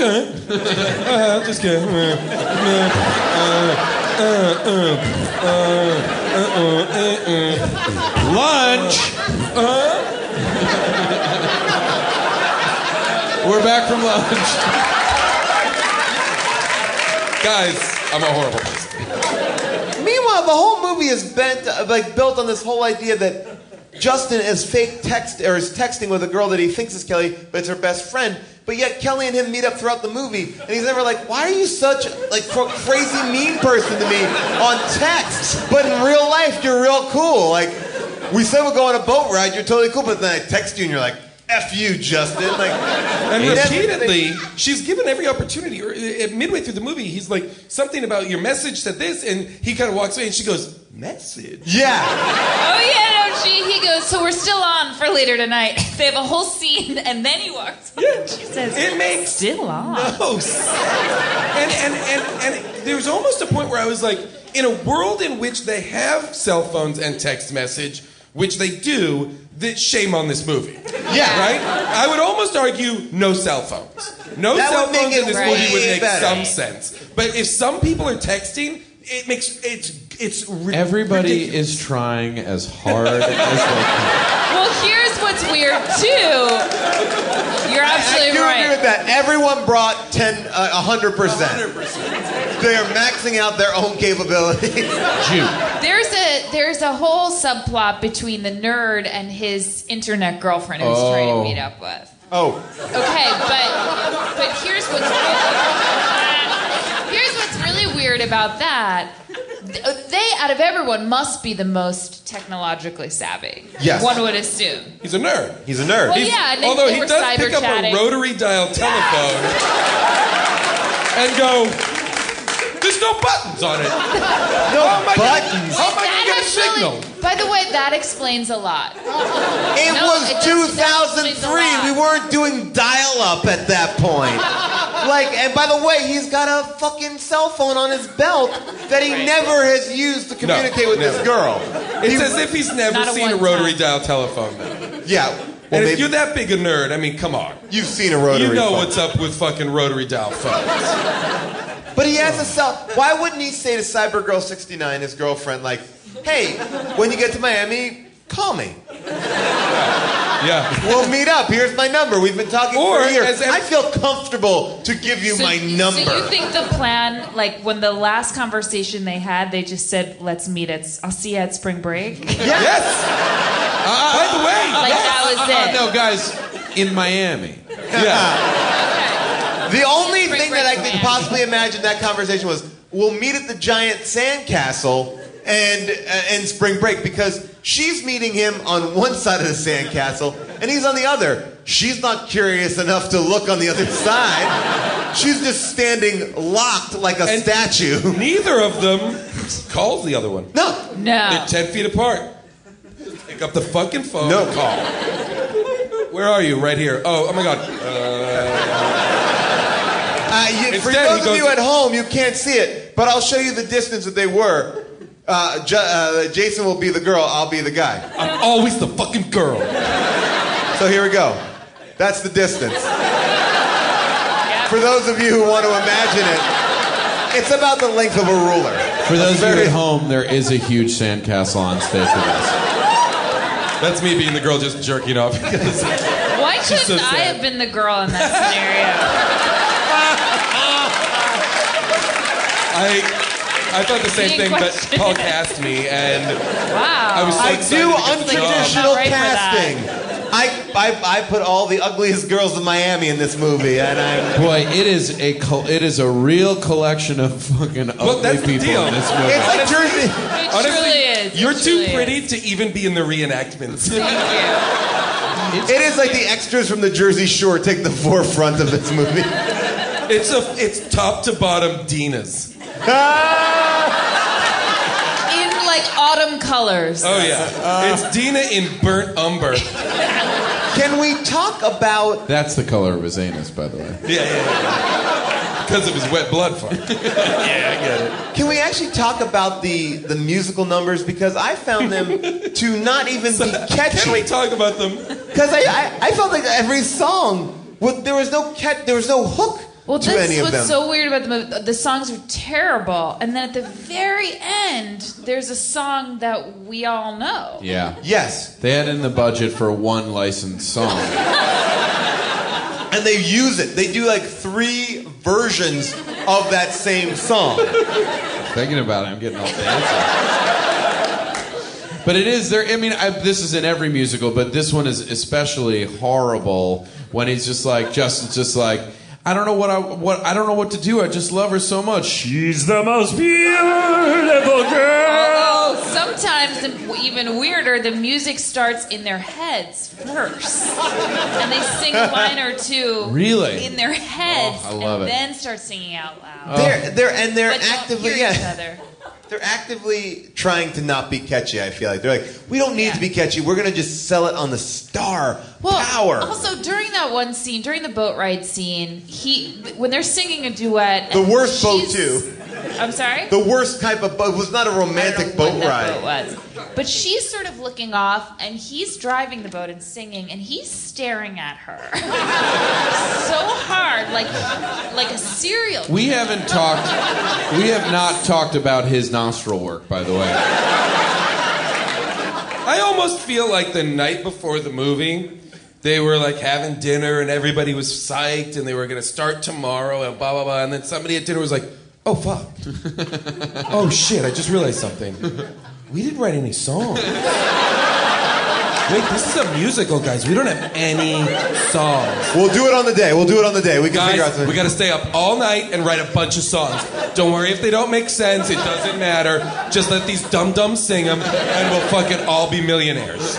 Speaker 5: Uh, just kidding. Uh, uh, uh, uh, uh, uh, uh, uh, uh. Lunch.
Speaker 6: We're back from lunch.
Speaker 5: Guys, I'm a horrible person.
Speaker 3: Meanwhile, the whole movie is bent like built on this whole idea that Justin is fake text or is texting with a girl that he thinks is Kelly, but it's her best friend. But yet Kelly and him meet up throughout the movie, and he's never like, "Why are you such like cr- crazy mean person to me on text? But in real life, you're real cool. Like, we said we'll go on a boat ride. You're totally cool, but then I text you, and you're like." F you, Justin. Like,
Speaker 5: And
Speaker 3: Yeah.
Speaker 5: repeatedly, she's given every opportunity. Or uh, midway through the movie, he's like something about your message to this, and he kind of walks away, and she goes, "Message."
Speaker 3: yeah.
Speaker 7: Oh yeah, no, she. He goes. So we're still on for later tonight. They have a whole scene, and then he walks.
Speaker 5: Yeah.
Speaker 7: She says,
Speaker 5: It makes
Speaker 7: "Still on."
Speaker 5: no sense. And, and, and, and there was almost a point where I was like, in a world in which they have cell phones and text message, which they do, that shame on this movie.
Speaker 3: Yeah.
Speaker 5: Right? I would almost argue no cell phones. No
Speaker 3: That
Speaker 5: cell
Speaker 3: would make
Speaker 5: phones in
Speaker 3: it
Speaker 5: this
Speaker 7: way
Speaker 5: movie would make
Speaker 3: better.
Speaker 5: some sense. But if some people are texting, it makes it's it's ri-
Speaker 6: Everybody
Speaker 5: ridiculous.
Speaker 6: is trying as hard as they
Speaker 7: Well, here's what's weird too. You're
Speaker 3: I
Speaker 7: absolutely
Speaker 3: do
Speaker 7: right.
Speaker 3: agree with that. Everyone brought 10, uh, 100%.
Speaker 5: 100%.
Speaker 3: They are maxing out their own capabilities.
Speaker 6: can. Jew.
Speaker 7: There's a there's a whole subplot between the nerd and his internet girlfriend who's trying
Speaker 6: Oh.
Speaker 7: to meet up with.
Speaker 3: Oh,
Speaker 7: Okay, but but here's what's here's what's really weird about that. They, out of everyone, must be the most technologically savvy.
Speaker 3: Yes.
Speaker 7: one would assume.
Speaker 5: He's a nerd.
Speaker 3: he's a nerd.
Speaker 7: Well, yeah, and they,
Speaker 5: Although
Speaker 7: they
Speaker 5: he
Speaker 7: were
Speaker 5: does pick
Speaker 7: cyber
Speaker 5: up
Speaker 7: chatting.
Speaker 5: a rotary dial telephone and go, there's no buttons on
Speaker 3: no
Speaker 5: it. How am I gonna-
Speaker 3: buttons.
Speaker 5: How am I
Speaker 7: That
Speaker 5: gonna get a
Speaker 7: actually-
Speaker 5: signal?
Speaker 7: By the way, that explains a lot.
Speaker 3: It
Speaker 7: No,
Speaker 3: was
Speaker 7: it does- it does change a
Speaker 3: 2003.
Speaker 7: lot.
Speaker 3: We weren't doing dial up at that point. Like, and by the way, he's got a fucking cell phone on his belt that he never has used to communicate with this girl.
Speaker 5: It's as if he's never
Speaker 7: Not a
Speaker 5: seen a
Speaker 7: one
Speaker 5: rotary
Speaker 7: time.
Speaker 5: dial telephone. Well,
Speaker 3: Yeah. Well,
Speaker 5: and if
Speaker 3: maybe
Speaker 5: you're that big a nerd, I mean, come on.
Speaker 3: you've seen a rotary.
Speaker 5: You know
Speaker 3: phone.
Speaker 5: what's up with fucking rotary dial phones.
Speaker 3: But he has a cell. Why wouldn't he say to Cybergirl69, his girlfriend, like, hey, when you get to Miami, call me.
Speaker 5: Yeah.
Speaker 3: We'll meet up. Here's my number. We've been talking
Speaker 5: Or
Speaker 3: for years.
Speaker 5: as if-
Speaker 3: I feel comfortable to give you my number.
Speaker 7: So you think the plan, like when the last conversation they had, they just said, "Let's meet at. I'll see you at spring break." Like
Speaker 5: Yes.
Speaker 3: Uh-uh.
Speaker 5: By the way,
Speaker 7: that was
Speaker 6: Uh,
Speaker 7: it.
Speaker 6: no, guys, in Miami.
Speaker 5: yeah.
Speaker 3: The only
Speaker 7: Break,
Speaker 3: thing
Speaker 7: break,
Speaker 3: that I could
Speaker 7: man.
Speaker 3: possibly imagine that conversation was, we'll meet at the giant sandcastle and uh, and spring break because she's meeting him on one side of the sandcastle and he's on the other. She's not curious enough to look on the other side. She's just standing locked like a statue.
Speaker 5: Neither of them calls the other one.
Speaker 3: No.
Speaker 7: No.
Speaker 5: They're ten feet apart. Pick up the fucking phone. No call. Where are you? Right here. Oh, oh my god.
Speaker 3: Uh, you, for
Speaker 5: Instead, he
Speaker 3: those of
Speaker 5: goes-
Speaker 3: you at home, you can't see it, but I'll show you the distance that they were. Uh, J- uh, Jason will be the girl. I'll be the guy.
Speaker 5: I'm always the fucking girl.
Speaker 3: So here we go. That's the distance. For those of you who want to imagine it, it's about the length of a ruler.
Speaker 6: For those of you at home, there is a huge sandcastle on stage with us.
Speaker 5: That's me being the girl just jerking off.
Speaker 7: Why
Speaker 5: She's
Speaker 7: couldn't
Speaker 5: so
Speaker 7: I
Speaker 5: sad.
Speaker 7: have been the girl in that scenario?
Speaker 5: I I thought the same
Speaker 7: Being
Speaker 5: thing, but
Speaker 7: questioned.
Speaker 5: Paul cast me, and
Speaker 7: Wow.
Speaker 5: I was so
Speaker 3: I
Speaker 5: excited
Speaker 3: do
Speaker 5: to get the
Speaker 3: untraditional
Speaker 5: job.
Speaker 7: Not right for that.
Speaker 3: casting. I, I, I put all the ugliest girls in Miami in this movie, and I'm.
Speaker 6: Boy, it is a col- it is a real collection of fucking ugly
Speaker 5: that's the
Speaker 6: people
Speaker 5: deal.
Speaker 6: in this movie.
Speaker 3: It's like Jersey.
Speaker 7: It
Speaker 5: Honestly,
Speaker 7: truly is. It
Speaker 5: you're
Speaker 7: truly
Speaker 5: too
Speaker 7: is.
Speaker 5: pretty to even be in the reenactments.
Speaker 7: Thank you.
Speaker 3: It is like the extras from the Jersey Shore take the forefront of this movie.
Speaker 5: It's a it's top to bottom Dina's.
Speaker 3: Ah!
Speaker 7: In like autumn colors.
Speaker 5: Oh yeah, it's Dina in burnt umber. Yeah,
Speaker 3: Can we talk about
Speaker 6: That's the color of his anus, by the way.
Speaker 5: yeah, because of his wet blood fart. yeah, I get it.
Speaker 3: Can we actually talk about the the musical numbers because I found them to not even be
Speaker 5: Can we
Speaker 3: catchy?
Speaker 5: talk about them?
Speaker 3: Because I, I I felt like every song was, there was no catch there was no hook
Speaker 7: Well,
Speaker 3: to
Speaker 7: this
Speaker 3: any
Speaker 7: is
Speaker 3: of them.
Speaker 7: what's so weird about the movie. The songs are terrible, and then at the very end, there's a song that we all know.
Speaker 6: Yeah.
Speaker 3: yes,
Speaker 6: They had in the budget for one licensed song.
Speaker 3: and they use it. They do like three versions of that same song.
Speaker 6: Thinking about it, I'm getting all fancy. But it is there. I mean, I, this is in every musical, but this one is especially horrible when he's just like Justin's just like I don't know what I what I don't know what to do. I just love her so much. She's the most beautiful girl.
Speaker 7: Although sometimes, the- even weirder, the music starts in their heads first, and they sing a line or two
Speaker 6: Really?
Speaker 7: in their heads,
Speaker 6: Oh, I love
Speaker 7: and
Speaker 6: it.
Speaker 7: then start singing out
Speaker 5: Oh,
Speaker 6: Oh.
Speaker 7: loud.
Speaker 3: They're they're and they're
Speaker 7: But don't
Speaker 3: actively
Speaker 7: hear each
Speaker 3: yeah.
Speaker 7: other.
Speaker 3: They're actively trying to not be catchy. I feel like they're like we don't need to be catchy. We're gonna just sell it on the star
Speaker 7: Well,
Speaker 3: power.
Speaker 7: also during that one scene, during the boat ride scene, he when they're singing a duet,
Speaker 3: The
Speaker 7: and
Speaker 3: worst boat,
Speaker 7: she's-
Speaker 3: too.
Speaker 7: I'm sorry.
Speaker 3: the worst type of boat it was not a
Speaker 7: I don't know
Speaker 3: romantic
Speaker 7: what
Speaker 3: boat
Speaker 7: that
Speaker 3: ride.
Speaker 7: boat was. But she's sort of looking off, and he's driving the boat and singing, and he's staring at her so hard, like like a serial.
Speaker 6: We haven't talked. We have not talked about his nostril work, by the way.
Speaker 5: I almost feel like the night before the movie, they were like having dinner and everybody was psyched and they were gonna start tomorrow and blah blah blah. And then somebody at dinner was like, "Oh fuck, oh shit, I just realized something. We didn't write any songs. Wait, this is a musical, guys. We don't have any songs.
Speaker 3: We'll do it on the day. We'll do it on the day. We can figure out
Speaker 5: Guys,
Speaker 3: something.
Speaker 5: we gotta stay up all night and write a bunch of songs. Don't worry if they don't make sense, it doesn't matter. Just let these dum dums sing them, and we'll fucking all be millionaires.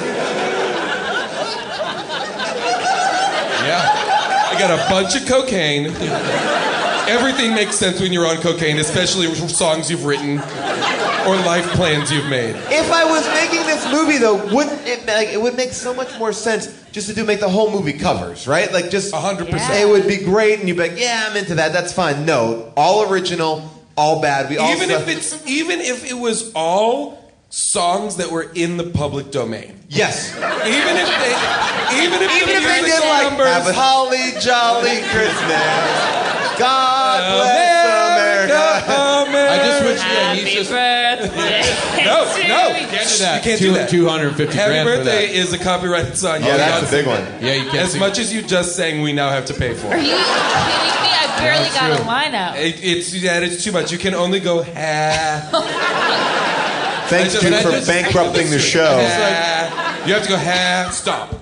Speaker 6: Yeah.
Speaker 5: I got a bunch of cocaine. Everything makes sense when you're on cocaine, especially with songs you've written or life plans you've made.
Speaker 3: if I was making this movie, though, wouldn't it like it would make so much more sense just to do make the whole movie covers, right? Like just
Speaker 5: A hundred percent.
Speaker 3: It would be great, and you'd be like, yeah, I'm into that. That's fine. No, all original, all bad. We all
Speaker 5: Even if
Speaker 3: suck.
Speaker 5: it's even if it was all songs that were in the public domain.
Speaker 3: yes,
Speaker 5: Even if they even if
Speaker 3: even
Speaker 5: the
Speaker 3: if they
Speaker 5: music
Speaker 3: did like
Speaker 5: numbers
Speaker 3: have a holly jolly Christmas, God bless America.
Speaker 6: I
Speaker 5: America.
Speaker 6: just wish. Yeah, he's just.
Speaker 7: Happy birthday.
Speaker 5: No, no,
Speaker 6: Can't do that.
Speaker 5: You can't
Speaker 6: Two-
Speaker 5: do that.
Speaker 6: 250
Speaker 5: Happy
Speaker 6: grand for
Speaker 5: birthday
Speaker 6: that.
Speaker 5: is a copyrighted song.
Speaker 3: Yeah,
Speaker 5: You
Speaker 3: Oh, that's a
Speaker 5: cannot
Speaker 3: big
Speaker 5: sing
Speaker 3: one.
Speaker 5: it.
Speaker 6: Yeah, you can't
Speaker 5: As
Speaker 6: sing
Speaker 5: much as you just sang, we now have to pay for.
Speaker 7: Are
Speaker 5: it.
Speaker 7: you kidding me? I barely
Speaker 6: That's
Speaker 7: got
Speaker 6: true.
Speaker 7: a line out.
Speaker 5: It, it's that is too much. You can only go ha.
Speaker 3: Thanks
Speaker 5: I just-
Speaker 3: you
Speaker 5: I
Speaker 3: for
Speaker 5: just-
Speaker 3: bankrupting the
Speaker 5: It's
Speaker 3: show.
Speaker 5: like- you have to go ha. Stop.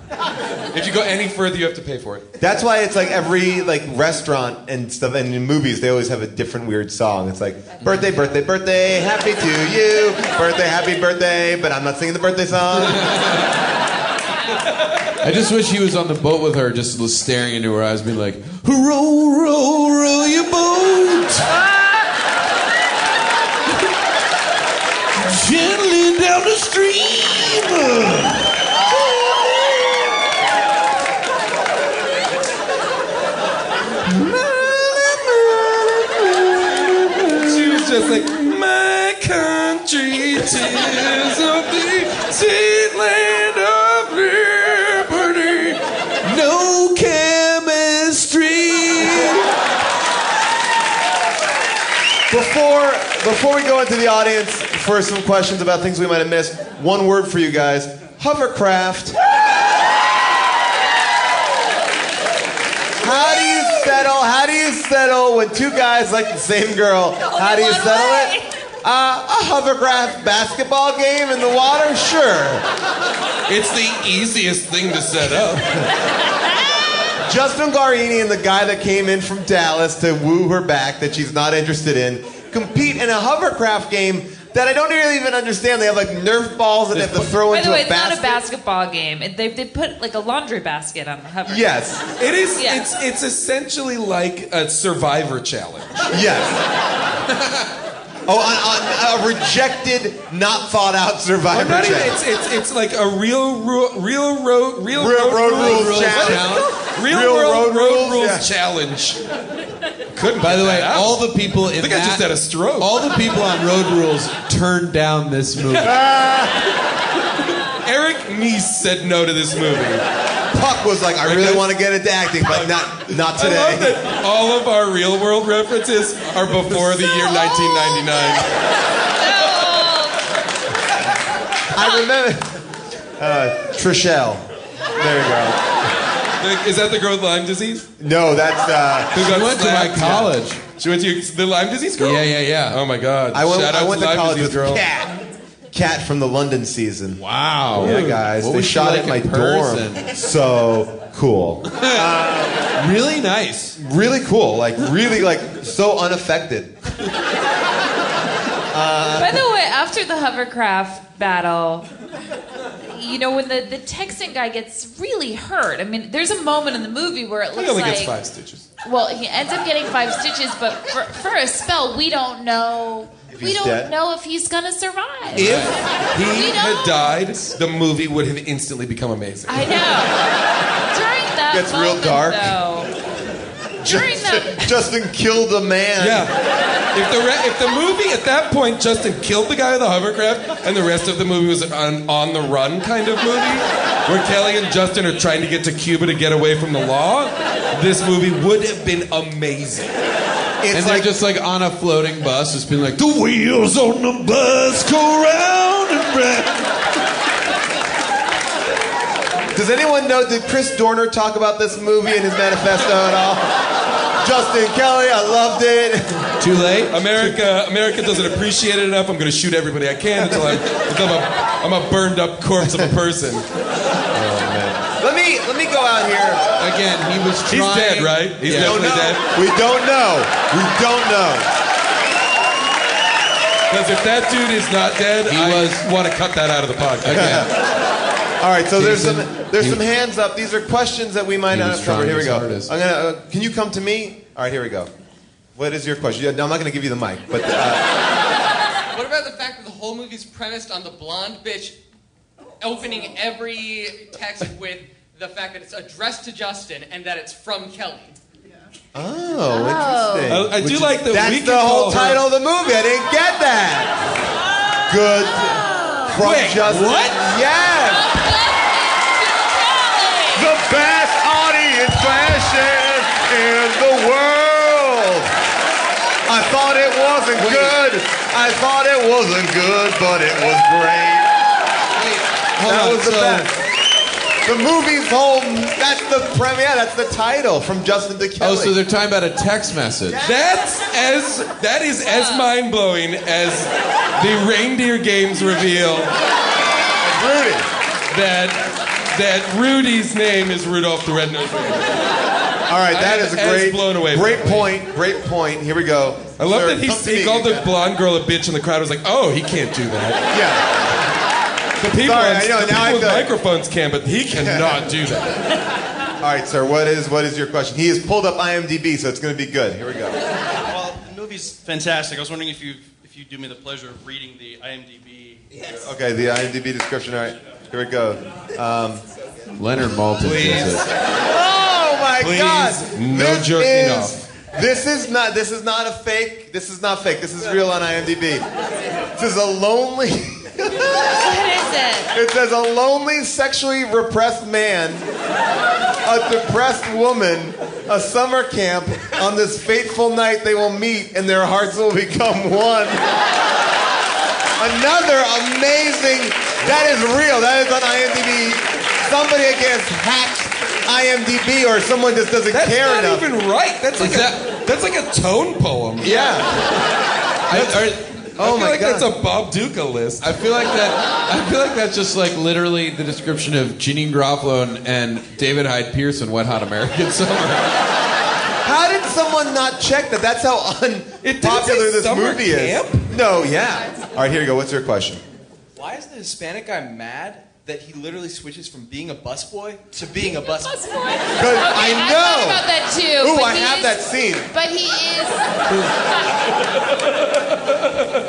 Speaker 5: If you go any further, you have to pay for it.
Speaker 3: That's why it's like every like restaurant and stuff, and in movies they always have a different weird song. It's like birthday, birthday, birthday, happy to you, birthday, happy birthday, but I'm not singing the birthday song.
Speaker 6: I just wish he was on the boat with her, just staring into her eyes, being like, "Row, row, row your boat gently down the stream."
Speaker 5: She was just like, my country tis of the sweet land of liberty.
Speaker 6: No chemistry.
Speaker 3: Before before we go into the audience for some questions about things we might have missed, one word for you guys: hovercraft. How do you settle? How do you settle when two guys like the same girl?
Speaker 7: Oh,
Speaker 3: How do you settle it? Uh, a hovercraft basketball game in the water, sure.
Speaker 5: It's the easiest thing to set up.
Speaker 3: Justin Garini and the guy that came in from Dallas to woo her back that she's not interested in compete in a hovercraft game that I don't really even understand. They have like Nerf balls that they have to throw
Speaker 7: By
Speaker 3: into
Speaker 7: the way,
Speaker 3: a
Speaker 7: it's
Speaker 3: basket.
Speaker 7: not a basketball game. It, they, they put like a laundry basket on the hover.
Speaker 3: Yes.
Speaker 5: It is.
Speaker 7: Yeah.
Speaker 5: It's it's essentially like a survivor challenge.
Speaker 3: Yes. oh, on, on a rejected, not thought out
Speaker 5: I'm
Speaker 3: survivor.
Speaker 5: not even,
Speaker 3: challenge.
Speaker 5: it's, it's it's like a real ru- real road real,
Speaker 3: Real road rules
Speaker 5: what is it
Speaker 3: challenge.
Speaker 5: called? Real,
Speaker 3: Real
Speaker 5: world road,
Speaker 3: road rules,
Speaker 5: rules
Speaker 3: yeah.
Speaker 5: challenge. Couldn't
Speaker 6: By the
Speaker 5: get
Speaker 6: way,
Speaker 5: that out.
Speaker 6: all the people in
Speaker 5: I think I
Speaker 6: that,
Speaker 5: just had a stroke.
Speaker 6: all the people on Road Rules turned down this movie.
Speaker 5: Eric Neese said no to this movie.
Speaker 3: Puck was like, I really want to get into acting, but not not today.
Speaker 5: I love that all of our real world references are before the year 1999.
Speaker 3: I remember. Uh, Trishelle. There you go.
Speaker 5: Like, Is that the girl with Lyme disease?
Speaker 3: No, that's. Uh,
Speaker 5: Who got
Speaker 6: I went to my
Speaker 5: slapped?
Speaker 6: college.
Speaker 5: She went to the Lyme disease girl?
Speaker 6: Yeah, yeah, yeah.
Speaker 5: Oh my god.
Speaker 3: I went,
Speaker 5: Shout out
Speaker 3: I went to
Speaker 5: Lyme
Speaker 3: college
Speaker 5: disease
Speaker 3: with
Speaker 5: girl.
Speaker 3: Cat. Cat from the London season.
Speaker 6: Wow.
Speaker 3: Yeah, guys.
Speaker 6: What
Speaker 3: they
Speaker 6: was she
Speaker 3: shot
Speaker 6: like
Speaker 3: at my
Speaker 6: in person?
Speaker 3: dorm. So cool.
Speaker 6: Really nice.
Speaker 3: really cool. Like, really, like, so unaffected.
Speaker 7: By the way, after the hovercraft battle, you know when the, the Texan guy gets really hurt. I mean, there's a moment in the movie where it
Speaker 5: He
Speaker 7: looks
Speaker 5: only
Speaker 7: like
Speaker 5: gets five stitches.
Speaker 7: well, he ends up getting five stitches, but for, for a spell, we don't know. We
Speaker 3: he's
Speaker 7: don't
Speaker 3: dead.
Speaker 7: know if he's gonna survive.
Speaker 5: If
Speaker 7: We
Speaker 5: he had
Speaker 7: don't.
Speaker 5: died, the movie would have instantly become amazing.
Speaker 7: I know. During that
Speaker 3: Gets real
Speaker 7: moment,
Speaker 3: dark.
Speaker 7: though. During that.
Speaker 3: Justin killed a man.
Speaker 5: Yeah. If the re- if the movie at that point Justin killed the guy with the hovercraft and the rest of the movie was an on the run kind of movie where Kelly and Justin are trying to get to Cuba to get away from the law, this movie would have been amazing.
Speaker 3: It's
Speaker 6: and
Speaker 3: like,
Speaker 6: they're just like on a floating bus, just being like, the wheels on the bus go round and round.
Speaker 3: Does anyone know? Did Chris Dorner talk about this movie in his manifesto at all? Justin Kelly, I loved it.
Speaker 6: Too late.
Speaker 5: America America doesn't appreciate it enough. I'm gonna shoot everybody I can until I'm until I'm a, I'm a burned up corpse of a person.
Speaker 3: Let me let me go out here.
Speaker 6: Again, he was
Speaker 5: He's
Speaker 6: trying.
Speaker 5: dead, right? He's
Speaker 6: Yeah.
Speaker 3: Don't
Speaker 5: definitely
Speaker 3: know.
Speaker 5: dead.
Speaker 3: We don't know. We don't know.
Speaker 5: Because if that dude is not dead,
Speaker 6: He
Speaker 5: I
Speaker 6: was-
Speaker 5: want to cut that out of the podcast.
Speaker 6: Again,
Speaker 3: All right, so there's some
Speaker 6: Jason,
Speaker 3: there's
Speaker 6: he-
Speaker 3: some hands up. These are questions that we might
Speaker 6: He
Speaker 3: not
Speaker 6: was
Speaker 3: have covered.
Speaker 6: trying
Speaker 3: Here we
Speaker 6: his
Speaker 3: go.
Speaker 6: hardest.
Speaker 3: I'm gonna. Uh, can you come to me? All right, here we go. What is your question? Yeah, no, I'm not gonna give you the mic, but uh,
Speaker 13: What about the fact that the whole movie's premised on the blonde bitch opening every text with the fact that it's addressed to Justin and that it's from Kelly?
Speaker 3: oh, interesting.
Speaker 5: I, I do like that. we
Speaker 3: That's
Speaker 5: can
Speaker 3: the whole
Speaker 5: call her-
Speaker 3: title of the movie. I didn't get that. Good from
Speaker 5: Wait,
Speaker 3: Justin.
Speaker 5: what?
Speaker 3: Yes. The best audience fashion in the world. I thought it wasn't good. I thought it wasn't good, but it was great.
Speaker 6: hold
Speaker 3: that
Speaker 6: on,
Speaker 3: was the
Speaker 6: so-
Speaker 3: best. The movie's home. That's the premiere. That's the title from Justin to Kelly.
Speaker 6: Oh, so they're talking about a text message.
Speaker 5: That's as that is as mind blowing as the reindeer games reveal
Speaker 3: Rudy.
Speaker 5: that that Rudy's name is Rudolph the Red-Nosed Reindeer.
Speaker 3: All right, that is a great,
Speaker 5: blown away.
Speaker 3: great point. Great point. Here we go.
Speaker 5: I love
Speaker 3: Sir,
Speaker 5: that he,
Speaker 3: come to
Speaker 5: he
Speaker 3: me.
Speaker 5: called the blonde girl a bitch, and the crowd was like, "Oh, he can't do that."
Speaker 3: Yeah.
Speaker 5: The people,
Speaker 3: Sorry,
Speaker 5: on-
Speaker 3: I know,
Speaker 5: the
Speaker 3: now I
Speaker 5: people with
Speaker 3: feel like-
Speaker 5: microphones can, but he cannot do that.
Speaker 3: All right, sir. What is what is your question? He has pulled up IMDb, so it's going to be good. Here we go.
Speaker 14: Well, the movie's fantastic. I was wondering if you if you do me the pleasure of reading the IMDb. Yes.
Speaker 3: Okay, the IMDb description. All right, here we go. Um,
Speaker 6: Leonard Maltin
Speaker 3: Please.
Speaker 6: says it.
Speaker 3: Oh my
Speaker 6: Please,
Speaker 3: God!
Speaker 6: no
Speaker 3: This
Speaker 6: jerking
Speaker 3: is-
Speaker 6: off.
Speaker 3: This is not. This is not a fake. This is not fake. This is real on IMDb. This is a lonely.
Speaker 7: What
Speaker 3: It says a lonely, sexually repressed man, a depressed woman, a summer camp. On this fateful night, they will meet, and their hearts will become one. Another amazing. That is real. That is on IMDb. Somebody again hacked IMDb, or someone just doesn't care
Speaker 5: That's
Speaker 3: enough.
Speaker 5: not even right. That's like a that's like a tone poem.
Speaker 3: Yeah.
Speaker 5: oh I feel
Speaker 6: my
Speaker 5: like
Speaker 6: God.
Speaker 5: that's a Bob Duca list.
Speaker 6: I feel like that. I feel like that's just like literally the description of Jeanine Garofalo and, and David Hyde Pierce in Wet Hot American Summer.
Speaker 3: How did someone not check that? That's how unpopular this
Speaker 15: summer
Speaker 3: movie is. No, yeah. All right, here you go. What's your question?
Speaker 15: Why is the Hispanic guy mad that he literally switches from being a busboy to being a busboy?
Speaker 3: Good. I
Speaker 7: I
Speaker 3: know.
Speaker 7: thought about that too.
Speaker 3: Ooh,
Speaker 7: but
Speaker 3: I
Speaker 7: he
Speaker 3: have
Speaker 7: is-
Speaker 3: that scene.
Speaker 7: But he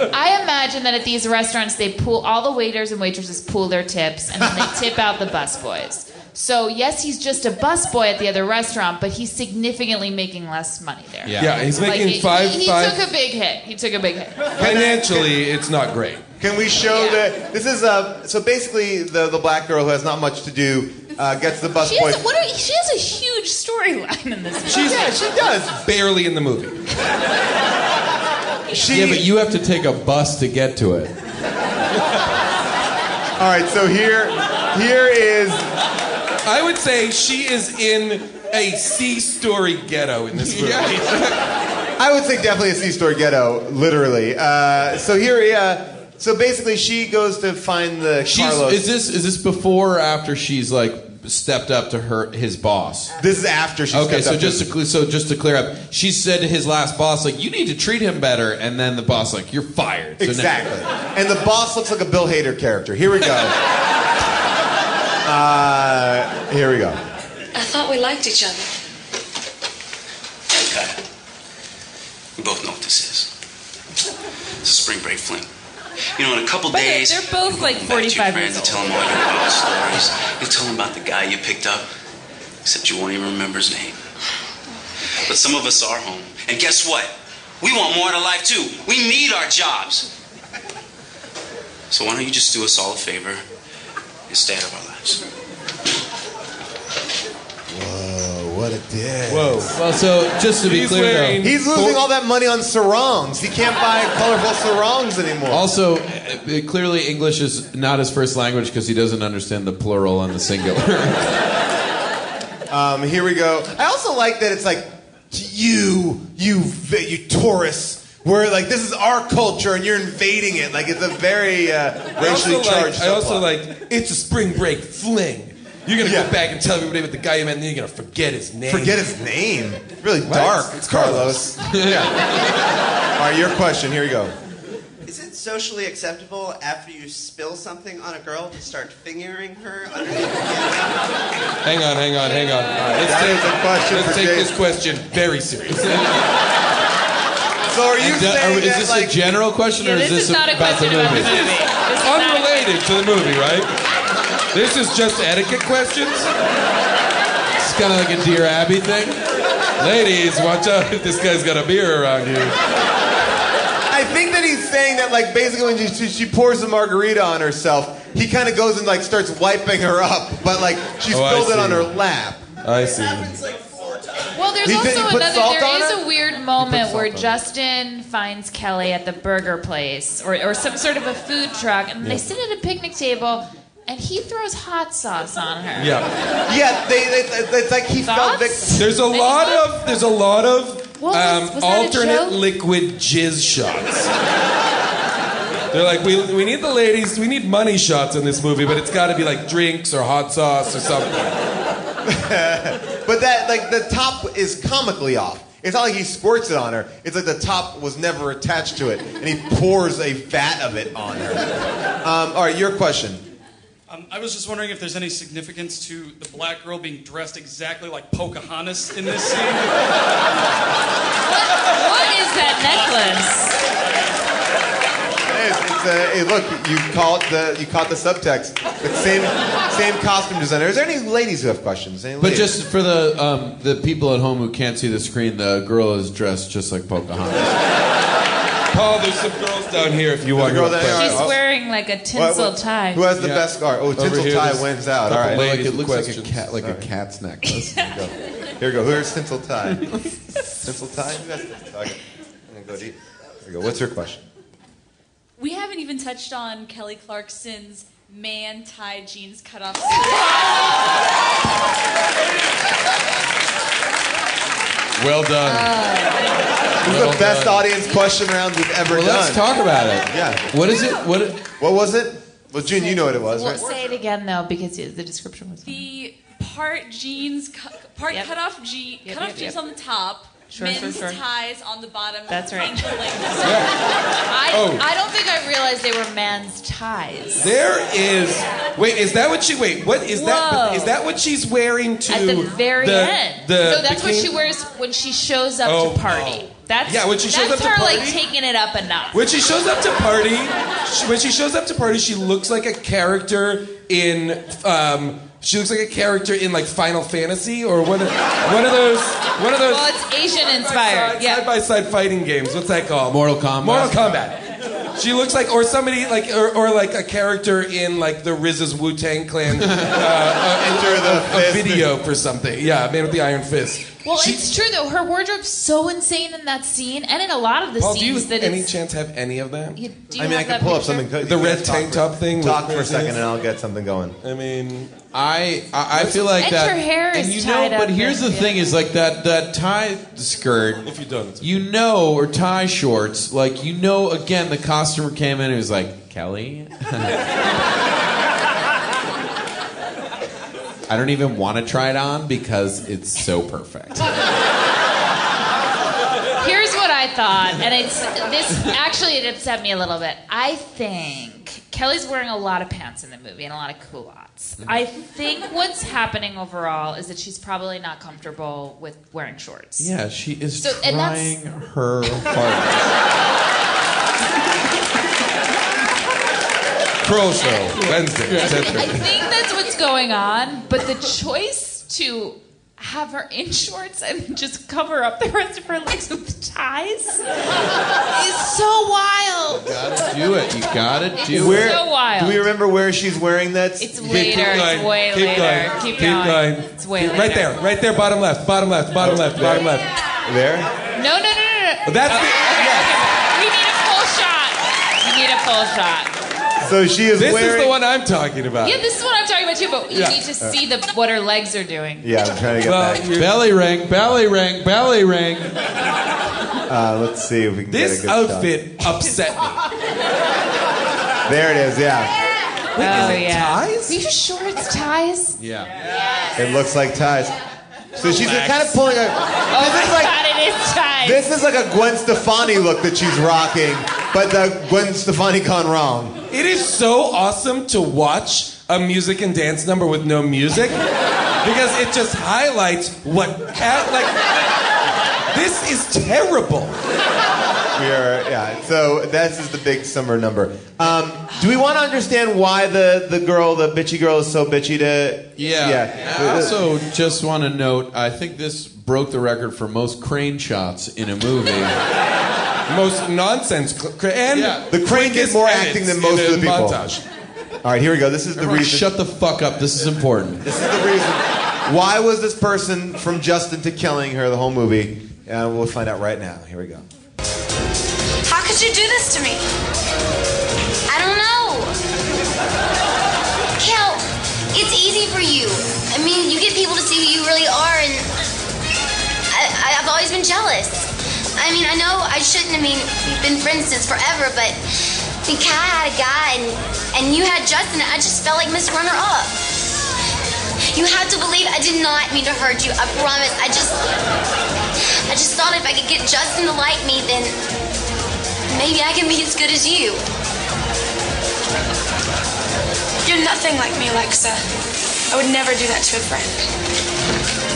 Speaker 7: is. I imagine that at these restaurants, they pool all the waiters and waitresses pool their tips, and then they tip out the busboys. So yes, he's just a busboy at the other restaurant, but he's significantly making less money there.
Speaker 5: Yeah. Yeah, he's making
Speaker 7: he-
Speaker 5: five-
Speaker 7: He, he
Speaker 5: five-
Speaker 7: took a big hit. He took a big hit.
Speaker 5: Financially, it's not great.
Speaker 3: Can we show the? This is uh, so basically the the black girl who has not much to do uh, gets the bus
Speaker 7: She
Speaker 3: boy.
Speaker 7: has, what are, she has a huge storyline in this.
Speaker 3: She's-
Speaker 7: movie.
Speaker 3: yeah, she does.
Speaker 5: Barely in the movie.
Speaker 6: yeah, but you have to take a bus to get to it.
Speaker 3: All right, so here, here is.
Speaker 5: I would say she is in a C-story ghetto in this movie.
Speaker 3: I would say definitely a C-store ghetto, literally. Uh, so here, uh, so basically she goes to find the
Speaker 6: She's,
Speaker 3: Carlos.
Speaker 6: is this is this before or after she's like stepped up to her his boss?
Speaker 3: This is after she
Speaker 6: Okay,
Speaker 3: stepped
Speaker 6: so
Speaker 3: up
Speaker 6: just
Speaker 3: to-
Speaker 6: to cle- so just to clear up, she said to his last boss like, "You need to treat him better," and then the boss like, "You're fired." So now-
Speaker 3: Exactly. And the boss looks like a Bill Hader character. Here we go. uh, here we go.
Speaker 12: I thought we liked each other.
Speaker 16: Got it. We both know what this is. It's a spring break fling. You know, in a couple
Speaker 7: But they're,
Speaker 16: days,
Speaker 7: they're both like
Speaker 16: you go back to your
Speaker 7: 45
Speaker 16: friends and
Speaker 7: years old.
Speaker 16: tell them all your wild stories. You tell them about the guy you picked up, except you won't even remember his name. But some of us are home, and guess what? We want more out of life too. We need our jobs. So why don't you just do us all a favor and stay out of our lives?
Speaker 3: Whoa, Oh, what a dick.
Speaker 6: Whoa. Well, so just to be He's clear, though- wearing
Speaker 3: he's losing all that money on sarongs. He can't buy colorful sarongs anymore.
Speaker 6: Also, uh, uh, clearly English is not his first language because he doesn't understand the plural and the singular.
Speaker 3: Um, here we go. I also like that it's like you, you, v- you Taurus. We're like this is our culture, and you're invading it. Like it's a very uh,
Speaker 5: I also
Speaker 3: racially charged.
Speaker 5: Like, I also
Speaker 3: subplot.
Speaker 5: like it's a spring break fling. You're gonna go back and tell everybody what the guy you met, and then you're gonna forget his name.
Speaker 3: Forget his name. Really dark. It's Carlos. yeah. All right, your question. Here we go.
Speaker 11: Is it socially acceptable after you spill something on a girl to start fingering her underneath the table?
Speaker 5: Hang on, hang on, hang on. Let's
Speaker 11: that
Speaker 5: take,
Speaker 11: is a question
Speaker 5: let's
Speaker 11: for
Speaker 5: take
Speaker 11: Jay.
Speaker 5: this question very seriously.
Speaker 3: So are you
Speaker 6: And, uh,
Speaker 3: saying
Speaker 6: are- is
Speaker 3: that,
Speaker 6: this
Speaker 3: like-
Speaker 6: a general question
Speaker 7: Yeah,
Speaker 6: or is
Speaker 7: this
Speaker 6: this
Speaker 7: is not a
Speaker 6: about
Speaker 7: question
Speaker 6: the
Speaker 7: about
Speaker 6: movie?
Speaker 7: the movie. This is not a
Speaker 5: Unrelated to the movie, right? This is just etiquette questions.
Speaker 6: It's kind of like a Dear Abby thing.
Speaker 5: Ladies, watch out! This guy's got a beer around here.
Speaker 3: I think that he's saying that, like, basically when she, she pours a margarita on herself, he kind of goes and like starts wiping her up, but like she
Speaker 5: Oh, I
Speaker 3: spilled it on
Speaker 5: see.
Speaker 3: her lap.
Speaker 5: I see.
Speaker 7: Well, there's
Speaker 3: He didn't
Speaker 7: also
Speaker 3: put
Speaker 7: another.
Speaker 3: salt
Speaker 7: There
Speaker 3: on
Speaker 7: is
Speaker 3: it?
Speaker 7: a weird moment
Speaker 3: salt
Speaker 7: where
Speaker 3: on it.
Speaker 7: Justin finds Kelly at the burger place or, or some sort of a food truck, and
Speaker 3: Yeah.
Speaker 7: they sit at a picnic table, and he throws hot sauce on her.
Speaker 5: Yeah.
Speaker 3: Yeah, they, they, they- it's like he felt victim.
Speaker 5: There's a lot of there's a lot of
Speaker 7: Well, was-
Speaker 5: um,
Speaker 7: was that a
Speaker 5: alternate
Speaker 7: joke?
Speaker 5: liquid jizz shots. They're like, we, we need the ladies, we need money shots in this movie, but it's got to be like drinks or hot sauce or something.
Speaker 3: But that, like, the top is comically off. It's not like he squirts it on her. It's like the top was never attached to it, and he pours a vat of it on her. Um, all right, your question.
Speaker 17: Um, I was just wondering if there's any significance to the black girl being dressed exactly like Pocahontas in this scene.
Speaker 7: What is that necklace?
Speaker 3: It's, it's uh, hey, look, you caught the you caught the subtext. It's same same costume designer. Is there any ladies who have questions? Any
Speaker 6: But
Speaker 3: ladies?
Speaker 6: just for the um, the people at home who can't see the screen, the girl is dressed just like Pocahontas.
Speaker 5: Paul, there's some girls down here if you want.
Speaker 3: girl down here.
Speaker 7: She's wearing like a
Speaker 3: What-
Speaker 7: tinsel
Speaker 3: what-
Speaker 7: tie.
Speaker 3: Who has the best scarf? Oh, tinsel
Speaker 6: Over here,
Speaker 3: tie
Speaker 6: there's
Speaker 3: wins out.
Speaker 6: a
Speaker 3: All right,
Speaker 6: couple ladies Like, it with looks like a questions. cat- like a cat's necklace.
Speaker 3: Here we go. Here we go. Where's tinsel tie? tinsel tie. Who has tinsel tie? Okay. I'm gonna go to you. Here we go. What's your question?
Speaker 18: We haven't even touched on Kelly Clarkson's man tie jeans cut off.
Speaker 5: Well done.
Speaker 3: This is the best audience question round we've ever
Speaker 6: Well,
Speaker 3: done.
Speaker 6: let's talk about it.
Speaker 3: Yeah.
Speaker 6: What is it? What?
Speaker 3: What was it? Well, June, you know what it was,
Speaker 7: Well,
Speaker 3: right?
Speaker 7: say it again though, because the description was.
Speaker 18: The part jeans, cu- part cut off je-
Speaker 7: Yep,
Speaker 18: cut off
Speaker 7: yep,
Speaker 18: jeans
Speaker 7: yep.
Speaker 18: on the top,
Speaker 7: Sure, sure,
Speaker 18: men's
Speaker 7: sure.
Speaker 18: ties on the bottom.
Speaker 7: That's right.
Speaker 18: ankle length.
Speaker 7: I,
Speaker 5: Oh.
Speaker 7: I don't think I realized they were man's ties.
Speaker 5: There is. Wait, is that what she? Wait, what is that?
Speaker 7: Whoa.
Speaker 5: Is that what she's wearing to
Speaker 7: At the very
Speaker 5: the-
Speaker 7: end.
Speaker 5: the
Speaker 7: so that's what
Speaker 5: bikini-
Speaker 7: she wears when she shows up
Speaker 5: Oh,
Speaker 7: to party.
Speaker 5: no.
Speaker 7: That's
Speaker 5: Yeah, when she shows
Speaker 7: that's
Speaker 5: up to
Speaker 7: her like
Speaker 5: party-
Speaker 7: taking it up a notch.
Speaker 5: When she shows up to party, she, when she shows up to party, she looks like a character in. Um, she looks like a character in like Final Fantasy or one of, one of those one of those
Speaker 7: Well, it's Asian
Speaker 5: side
Speaker 7: inspired. Yeah.
Speaker 5: by side fighting games. What's that called? Mortal Kombat. Mortal Kombat. She looks like, or somebody like, or, or like a character in like the RZA's Wu Tang Clan uh, a, a, a video for something. Yeah, Man with the Iron Fist.
Speaker 7: Well, it's true though. Her wardrobe's so insane in that scene, and in a lot of the
Speaker 5: Paul, do you
Speaker 7: scenes that
Speaker 5: any
Speaker 7: it's.
Speaker 5: chance have any of them?
Speaker 7: You, do you
Speaker 3: I mean, I
Speaker 7: have that
Speaker 3: can pull up
Speaker 7: picture?
Speaker 3: something.
Speaker 5: The
Speaker 3: You
Speaker 5: red
Speaker 3: guys talk
Speaker 5: tank
Speaker 3: for-
Speaker 5: top thing. with
Speaker 3: Talk for a
Speaker 5: Chris
Speaker 3: second,
Speaker 5: Hansen?
Speaker 3: and I'll get something going.
Speaker 5: I mean,
Speaker 6: I I, I feel like
Speaker 7: And
Speaker 6: that.
Speaker 7: your hair
Speaker 6: and
Speaker 7: is
Speaker 6: you
Speaker 7: tied
Speaker 6: know, but
Speaker 7: up
Speaker 6: here's
Speaker 7: and-
Speaker 6: the thing: is like that that tie skirt.
Speaker 5: If you don't,
Speaker 6: you know, or tie shorts. Like you know, again, the costumer came in and was like, Kelly. I don't even want to try it on because it's so perfect.
Speaker 7: Here's what I thought, and it's this actually it upset me a little bit. I think Kelly's wearing a lot of pants in the movie and a lot of culottes.
Speaker 5: Mm-hmm.
Speaker 7: I think what's happening overall is that she's probably not comfortable with wearing shorts.
Speaker 6: Yeah, she is
Speaker 7: So- and that's-
Speaker 6: trying her hardest.
Speaker 5: Pro Show Wednesday.
Speaker 7: I,
Speaker 5: etc.
Speaker 7: I think that's what's going on, but the choice to have her in shorts and just cover up the rest of her legs with ties is so wild.
Speaker 6: gotta do it. You gotta do
Speaker 3: Where-
Speaker 6: it.
Speaker 7: so wild.
Speaker 3: Do we remember where she's wearing that?
Speaker 7: It's
Speaker 3: Yeah,
Speaker 7: later.
Speaker 3: keep going.
Speaker 7: It's way
Speaker 5: Keep
Speaker 7: later.
Speaker 5: going.
Speaker 7: Keep,
Speaker 5: Keep
Speaker 7: going.
Speaker 5: going.
Speaker 7: It's way later.
Speaker 5: Right there, right there, bottom left, bottom left, bottom left, bottom left.
Speaker 3: There?
Speaker 7: No, no, no, no, no.
Speaker 5: That's
Speaker 7: okay,
Speaker 5: the-
Speaker 7: okay, okay. We need a full shot. We need a full shot.
Speaker 3: So she is
Speaker 5: This
Speaker 3: wearing.
Speaker 5: is the one I'm talking about.
Speaker 7: Yeah, this is what I'm talking about too. But you
Speaker 5: Yeah.
Speaker 7: need to see the what her legs are doing.
Speaker 3: Yeah, I'm trying to get
Speaker 5: Well,
Speaker 3: back.
Speaker 5: you're-
Speaker 6: Belly ring, belly ring, belly ring.
Speaker 3: Uh, let's see if we can
Speaker 5: this
Speaker 3: get a good shot.
Speaker 5: outfit upset me.
Speaker 3: There it is. Yeah,
Speaker 7: oh
Speaker 5: it
Speaker 7: yeah.
Speaker 5: ties?
Speaker 7: These are shorts ties.
Speaker 6: Yeah.
Speaker 3: it looks like ties. So she's kind of pulling. A,
Speaker 7: Oh my
Speaker 3: is like-
Speaker 7: god, it is ties.
Speaker 3: this is like a Gwen Stefani look that she's rocking, but the Gwen Stefani gone wrong.
Speaker 5: It is so awesome to watch a music and dance number with no music because it just highlights what ha- like this is terrible.
Speaker 3: We are yeah. So this is the big summer number. Um, do we want to understand why the the girl, the bitchy girl, is so bitchy to?
Speaker 6: Yeah. I also just want to note I think this broke the record for most crane shots in a movie.
Speaker 5: Most nonsense cl- cr- and
Speaker 6: Yeah.
Speaker 3: The crane did
Speaker 5: quickest
Speaker 3: more
Speaker 5: edits
Speaker 3: acting than
Speaker 5: in
Speaker 3: most
Speaker 5: a
Speaker 3: of the people.
Speaker 5: Montage.
Speaker 3: All right, here we go. This is the
Speaker 6: Everyone
Speaker 3: reason.
Speaker 6: shut the fuck up. This is important.
Speaker 3: This is the reason. Why was this person from Justin to killing her the whole movie? Uh, we'll find out right now. Here we go.
Speaker 12: How could you do this to me?
Speaker 19: I don't know. Kel, it's easy for you. I mean, you get people to see who you really are, and I, I've always been jealous. I mean, I know I shouldn't. I mean, we've been friends since forever, but mean, Kat had a guy and, and you had Justin, and I just felt like Miss Runner Up. You have to believe I did not mean to hurt you. I promise. I just, I just thought if I could get Justin to like me, then maybe I can be as good as you.
Speaker 12: You're nothing like me, Alexa. I would never do that to a friend.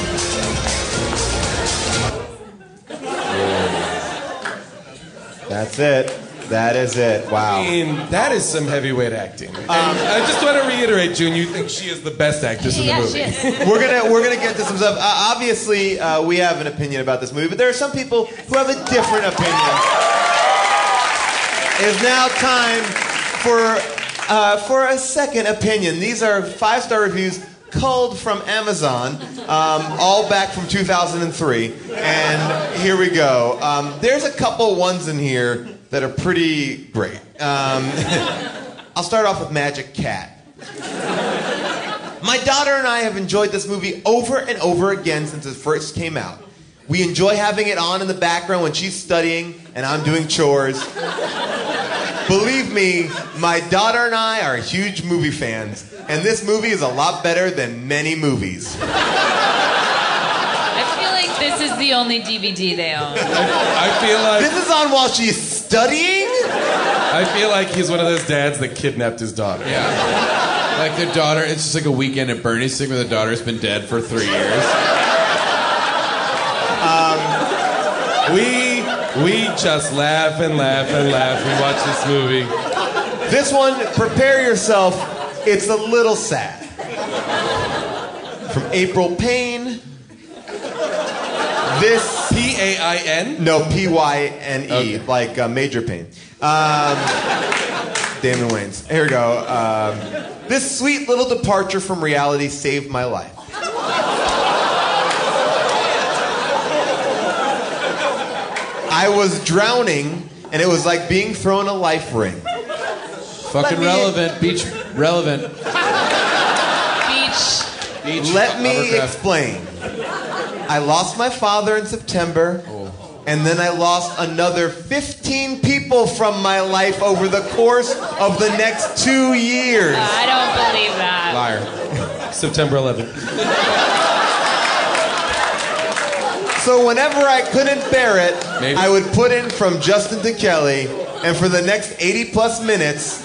Speaker 3: That's it. That is it. Wow.
Speaker 5: I mean, that is some heavyweight acting. And
Speaker 6: Um,
Speaker 5: I just want to reiterate, June, you think she is the best actress in the movie.
Speaker 3: we're gonna we're gonna get to some stuff. Uh, obviously, uh, we have an opinion about this movie, but there are some people who have a different opinion. It is now time for uh, for a second opinion. These are five star reviews culled from Amazon, um, all back from 2003. And here we go. Um, there's a couple ones in here that are pretty great. Um, I'll start off with Magic Cat. My daughter and I have enjoyed this movie over and over again since it first came out. We enjoy having it on in the background when she's studying and I'm doing chores. Believe me, my daughter and I are huge movie fans, and this movie is a lot better than many movies.
Speaker 7: I feel like this is the only DVD they own.
Speaker 5: I feel like
Speaker 3: this is on while she's studying.
Speaker 5: I feel like he's one of those dads that kidnapped his daughter.
Speaker 6: Yeah. Like their daughter, it's just like a weekend at Bernie's thing where the daughter's been dead for three years.
Speaker 5: Um, We we just laugh and laugh and laugh and watch this movie.
Speaker 3: This one, prepare yourself. It's a little sad. From April Payne. This P A I N? No, P Y N E, like uh, Major Payne. Um, Damon Wayans. Here we go. Um, this sweet little departure from reality saved my life. I was drowning, and it was like being thrown a life ring.
Speaker 6: Fucking relevant, beach relevant.
Speaker 7: Beach.
Speaker 6: Beach
Speaker 3: Let me
Speaker 6: hovercraft.
Speaker 3: explain. I lost my father in September,
Speaker 5: Oh.
Speaker 3: and then I lost another 15 people from my life over the course of the next two years.
Speaker 7: I don't believe that.
Speaker 5: Liar. September 11th.
Speaker 3: So whenever I couldn't bear it,
Speaker 5: Maybe.
Speaker 3: I would put in from Justin to Kelly, and for the next 80 plus minutes,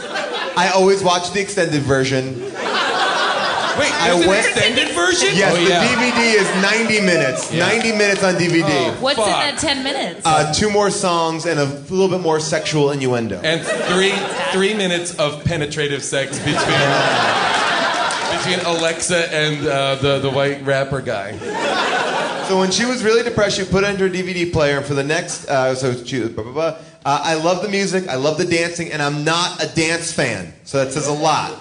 Speaker 3: I always watched the extended version. Wait, I
Speaker 5: an extended version?
Speaker 3: Yes,
Speaker 5: Oh,
Speaker 3: the
Speaker 5: yeah.
Speaker 3: DVD is 90 minutes. 90 minutes on DVD.
Speaker 5: Oh.
Speaker 7: What's in that 10 minutes?
Speaker 3: Uh, two more songs and a little bit more sexual innuendo.
Speaker 5: And three three minutes of penetrative sex between between Alexa and uh, the the white rapper guy.
Speaker 3: So when she was really depressed, she put it into her DVD player, and for the next, uh, so she was blah blah blah. Uh, I love the music, I love the dancing, and I'm not a dance fan, so that says a lot.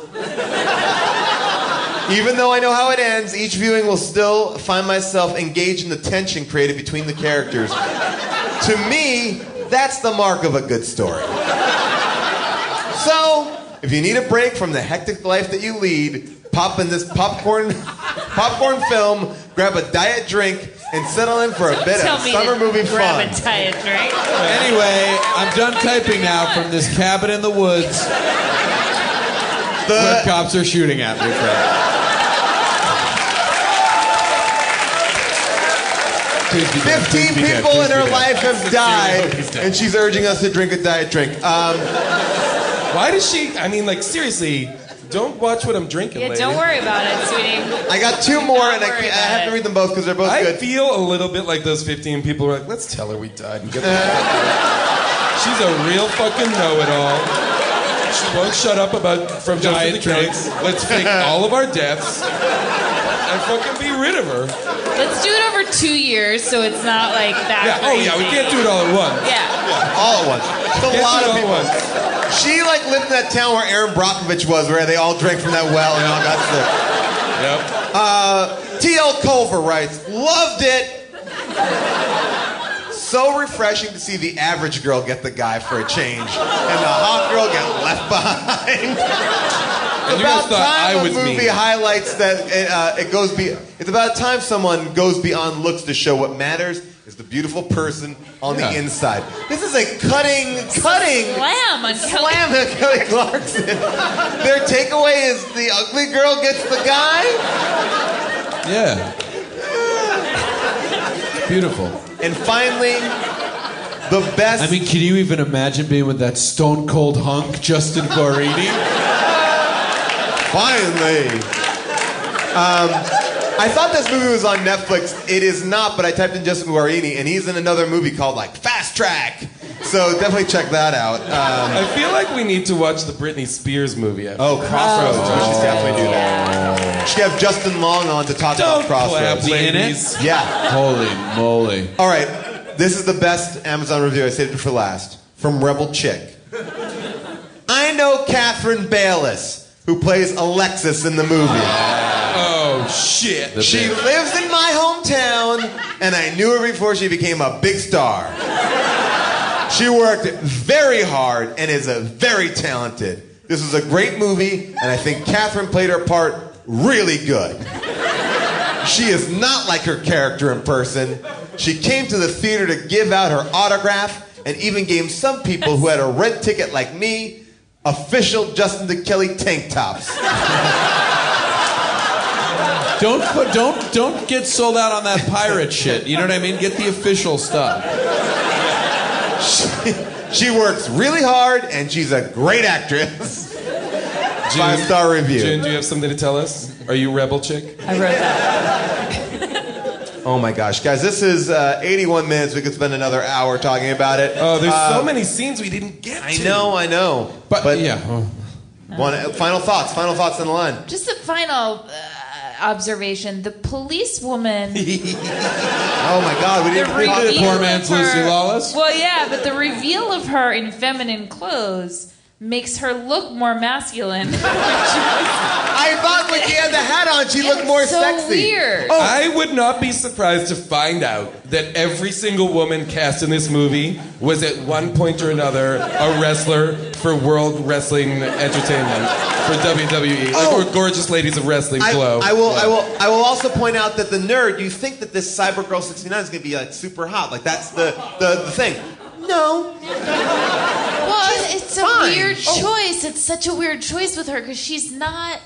Speaker 3: Even though I know how it ends, each viewing will still find myself engaged in the tension created between the characters. to me, that's the mark of a good story. so, if you need a break from the hectic life that you lead, pop in this popcorn popcorn film, grab a diet drink, and settle in for a bit
Speaker 7: Tell
Speaker 3: of
Speaker 7: me
Speaker 3: summer
Speaker 7: to
Speaker 3: movie
Speaker 7: grab
Speaker 3: fun.
Speaker 7: a diet drink.
Speaker 6: Anyway, I'm done typing now from this cabin in the woods.
Speaker 5: Uh,
Speaker 6: where cops are shooting at me. Fred.
Speaker 3: Fifteen
Speaker 6: Please be good,
Speaker 3: people
Speaker 6: please
Speaker 3: in
Speaker 6: be
Speaker 3: her
Speaker 6: good.
Speaker 3: life
Speaker 6: I
Speaker 3: have
Speaker 6: sincerely hope
Speaker 3: died, and she's urging us to drink a diet drink. Um,
Speaker 5: Why does she? I mean, like seriously, don't watch what I'm drinking.
Speaker 7: Yeah,
Speaker 5: lady.
Speaker 7: don't worry about it, sweetie.
Speaker 3: I got two
Speaker 7: Do
Speaker 3: more,
Speaker 7: not
Speaker 3: and I,
Speaker 7: worry
Speaker 3: can't, I
Speaker 7: about
Speaker 3: have to read them both because they're both
Speaker 5: I
Speaker 3: good.
Speaker 5: feel a little bit like those 15 people were like, let's tell her we died and get the
Speaker 6: Uh.
Speaker 5: She's a real fucking know-it-all. She won't shut up about from
Speaker 6: Diet
Speaker 5: Justin the Cakes. Let's fake all of our deaths and fucking be rid of her.
Speaker 7: Let's do it over two years, so it's not like that.
Speaker 5: Yeah. Oh yeah, we
Speaker 7: crazy.
Speaker 5: can't do it all at once.
Speaker 7: Yeah.
Speaker 3: All at once. It's a
Speaker 5: Can't
Speaker 3: lot
Speaker 5: do
Speaker 3: of
Speaker 5: it
Speaker 3: people.
Speaker 5: all at once.
Speaker 3: She like lived in that town where Aaron Brockovich was, where they all drank from that well and all got sick.
Speaker 5: Yep.
Speaker 3: Uh, T.L. Culver writes, loved it. So refreshing to see the average girl get the guy for a change, and the hot girl get left behind. It's
Speaker 5: And you guys
Speaker 3: about
Speaker 5: thought
Speaker 3: time
Speaker 5: I
Speaker 3: a
Speaker 5: was
Speaker 3: movie
Speaker 5: mean.
Speaker 3: highlights that it, uh, it goes be. It's about time someone goes beyond looks to show what matters is the beautiful person on Yeah. the inside. This is a cutting, cutting
Speaker 7: Slam on Kelly.
Speaker 3: slam to Kelly Clarkson. Their takeaway is the ugly girl gets the guy.
Speaker 6: Yeah. Beautiful.
Speaker 3: And finally, the best.
Speaker 6: I mean, can you even imagine being with that stone cold hunk, Justin Guarini?
Speaker 3: Finally. Um, I thought this movie was on Netflix. It is not, but I typed in Justin Guarini, and he's in another movie called like Fast Track. So definitely check that out. Um,
Speaker 5: I feel like we need to watch the Britney Spears movie. After.
Speaker 3: Oh, Crossroads. We should definitely do that. Should have Justin Long on to talk about Crossroads.
Speaker 6: clap, Is he in it? ladies.
Speaker 3: Yeah.
Speaker 6: Holy moly.
Speaker 3: All right. This is the best Amazon review. I saved it for last. From Rebel Chick. I know Catherine Bayless, who plays Alexis in the movie.
Speaker 5: Oh shit.
Speaker 3: she lives in my hometown, and I knew her before she became a big star. She worked very hard and is a very talented. This was a great movie, and I think Catherine played her part really good. She is not like her character in person. She came to the theater to give out her autograph and even gave some people who had a red ticket like me official Justin to Kelly tank tops.
Speaker 6: Don't put, don't don't get sold out on that pirate shit. You know what I mean? Get the official stuff.
Speaker 3: She, she works really hard and she's a great actress. Five star review.
Speaker 5: June, do you have something to tell us? Are you rebel chick?
Speaker 7: I wrote that.
Speaker 3: Oh my gosh, guys, this is uh, 81 minutes. We could spend another hour talking about it.
Speaker 5: Oh, there's so
Speaker 3: Uh,
Speaker 5: many scenes we didn't get.
Speaker 3: I
Speaker 5: to.
Speaker 3: know, I know. But,
Speaker 6: yeah. oh.
Speaker 3: One, uh, final thoughts. Final thoughts on the line.
Speaker 7: Just a final uh, observation: the policewoman.
Speaker 3: Oh my God, we didn't
Speaker 7: The reveal
Speaker 3: Poor
Speaker 7: of
Speaker 3: man's
Speaker 7: her-
Speaker 3: Lucy Lawless?
Speaker 7: Well, yeah, but the reveal of her in feminine clothes makes her look more masculine. I
Speaker 3: thought when she had the hat on, she looked more
Speaker 7: so
Speaker 3: sexy. Oh,
Speaker 7: Weird.
Speaker 5: I would not be surprised to find out that every single woman cast in this movie was at one point or another a wrestler for World Wrestling Entertainment for WWE, like, or Gorgeous Ladies of Wrestling.
Speaker 3: Oh. I,
Speaker 5: Glow.
Speaker 3: I will. I will. I will also point out that the nerd. You think that this Cybergirl 69 is going to be like super hot? Like that's the the, the thing. No.
Speaker 7: Well, it's a
Speaker 3: fine.
Speaker 7: weird
Speaker 3: Oh.
Speaker 7: choice. It's such a weird choice with her because she's not.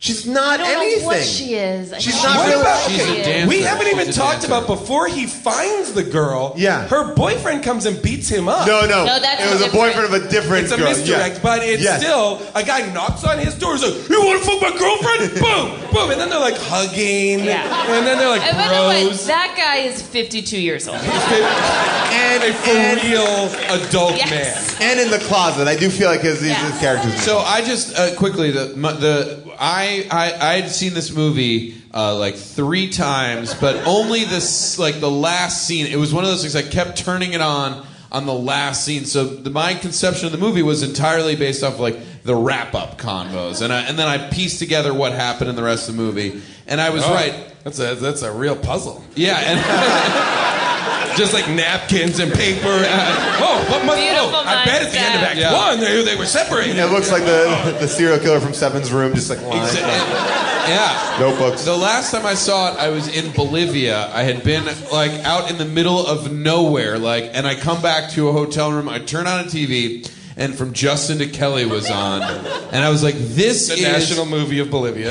Speaker 3: She's not
Speaker 7: I don't
Speaker 3: anything.
Speaker 7: know what she is. I
Speaker 3: She's
Speaker 7: don't
Speaker 3: not
Speaker 7: know
Speaker 3: really-
Speaker 7: what
Speaker 3: She's a
Speaker 7: she is.
Speaker 3: dancer.
Speaker 5: We haven't even
Speaker 3: She's a
Speaker 5: talked
Speaker 3: dancer.
Speaker 5: about before he finds the girl. Yeah, her boyfriend comes and beats him up.
Speaker 3: No, no. No, that's It was a different. boyfriend of a different
Speaker 5: It's a
Speaker 3: girl,
Speaker 5: misdirect,
Speaker 3: yeah.
Speaker 5: but it's
Speaker 3: Yes.
Speaker 5: still a guy knocks on his door. He's like, "You want to fuck my girlfriend?" boom, boom, and then they're like hugging.
Speaker 7: Yeah.
Speaker 5: and then they're like
Speaker 7: And by the way,
Speaker 5: bros.
Speaker 7: that guy is 52 years old.
Speaker 5: and a for real adult
Speaker 7: Yes.
Speaker 3: man. And in the closet, I do feel like his, his characters.
Speaker 6: So I just uh, quickly the my- the I I I had seen this movie uh, like three times, but only this like the last scene. It was one of those things I kept turning it on on the last scene. So the, my conception of the movie was entirely based off like the wrap up convos, and I, and then I pieced together what happened in the rest of the movie, and I was
Speaker 5: Oh,
Speaker 6: right.
Speaker 5: That's a that's a real puzzle.
Speaker 6: Yeah, and
Speaker 5: just like napkins and paper. And, oh, what must?
Speaker 7: Beautiful
Speaker 5: Oh, I bet it's the end of Act
Speaker 3: Yeah.
Speaker 5: One. They, they were separated.
Speaker 3: It looks like the the serial killer from Seven's room, just like lying.
Speaker 6: yeah.
Speaker 3: Notebooks.
Speaker 6: The last time I saw it, I was in Bolivia. I had been like out in the middle of nowhere, like, and I come back to a hotel room. I turn on a TV, and from Justin to Kelly was on, and I was like, "This
Speaker 5: The
Speaker 6: is
Speaker 5: national movie of Bolivia."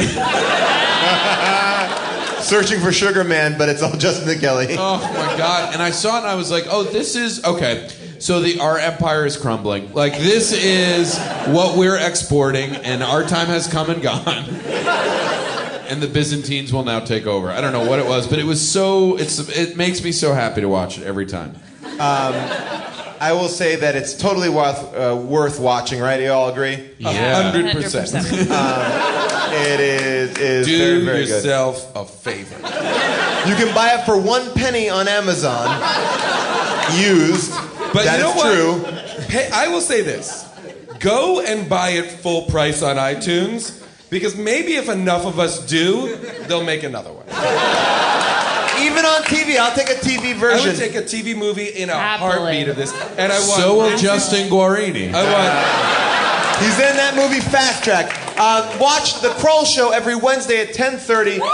Speaker 3: Searching for Sugar Man, but it's all Justin and Kelly.
Speaker 6: Oh my god! And I saw it, and I was like, "Oh, this is okay." So the our empire is crumbling. Like this is what we're exporting, and our time has come and gone. And the Byzantines will now take over. I don't know what it was, but it was so. It's it makes me so happy to watch it every time.
Speaker 3: Um, I will say that it's totally worth uh, worth watching, right? You all agree?
Speaker 6: Yeah. 100%.
Speaker 3: Um, it is is
Speaker 5: Do
Speaker 3: very very
Speaker 5: yourself a favor.
Speaker 3: good. You can buy it for one penny on Amazon, used.
Speaker 5: But
Speaker 3: That
Speaker 5: you know
Speaker 3: is
Speaker 5: what?
Speaker 3: true.
Speaker 5: Hey, I will say this: go and buy it full price on iTunes because maybe if enough of us do, they'll make another one.
Speaker 3: Even on TV, I'll take a TV
Speaker 5: I
Speaker 3: version.
Speaker 5: would take a TV movie in a heartbeat of this, and I want.
Speaker 6: So will Justin Guarini.
Speaker 5: I want.
Speaker 3: He's in that movie Fast Track. Uh, watch The Kroll Show every Wednesday at 10:30. So great.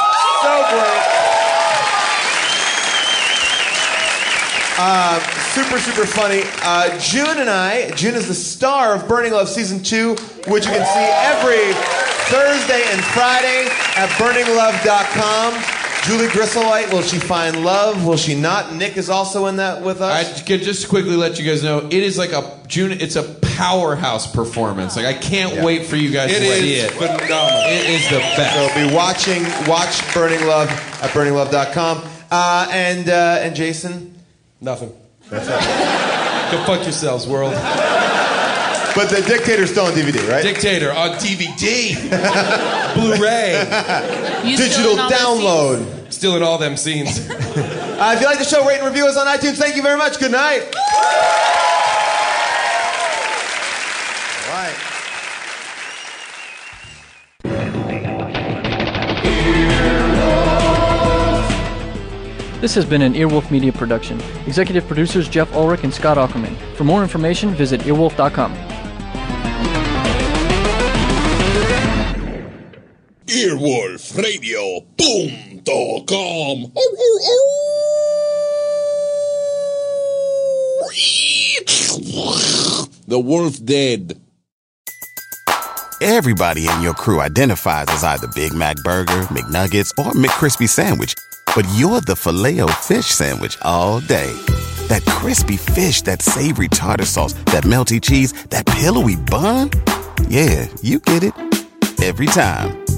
Speaker 3: Uh, super, super funny. Uh, June and I, June is the star of Burning Love Season 2, which you can see every Thursday and Friday at burninglove.com. Julie Grisselite, will she find love? Will she not? Nick is also in that with us.
Speaker 5: I can just quickly let you guys know it is like a June. It's a powerhouse performance. Like I can't wait for you guys
Speaker 7: It
Speaker 5: to
Speaker 7: is
Speaker 5: see it.
Speaker 7: phenomenal.
Speaker 5: It is the best.
Speaker 3: So be watching, watch Burning Love at burninglove.com. Uh, and, uh, and Jason?
Speaker 7: Nothing. Go fuck yourselves, world.
Speaker 3: But the dictator's still on DVD, right?
Speaker 7: Dictator on DVD, Blu-ray,
Speaker 3: You Digital stealing all those download.
Speaker 7: Still in all them scenes.
Speaker 3: Uh, if you like the show, rate and review us on iTunes. Thank you very much. Good night. All right.
Speaker 9: This has been an Earwolf Media production. Executive producers Jeff Ulrich and Scott Ackerman. For more information, visit earwolf.com.
Speaker 20: Earwolfradio.com. The wolf dead.
Speaker 21: Everybody in your crew identifies as either Big Mac Burger, McNuggets, or McCrispy Sandwich. But you're the filet fish Sandwich all day. That crispy fish, that savory tartar sauce, that melty cheese, that pillowy bun. Yeah, you get it. Every time.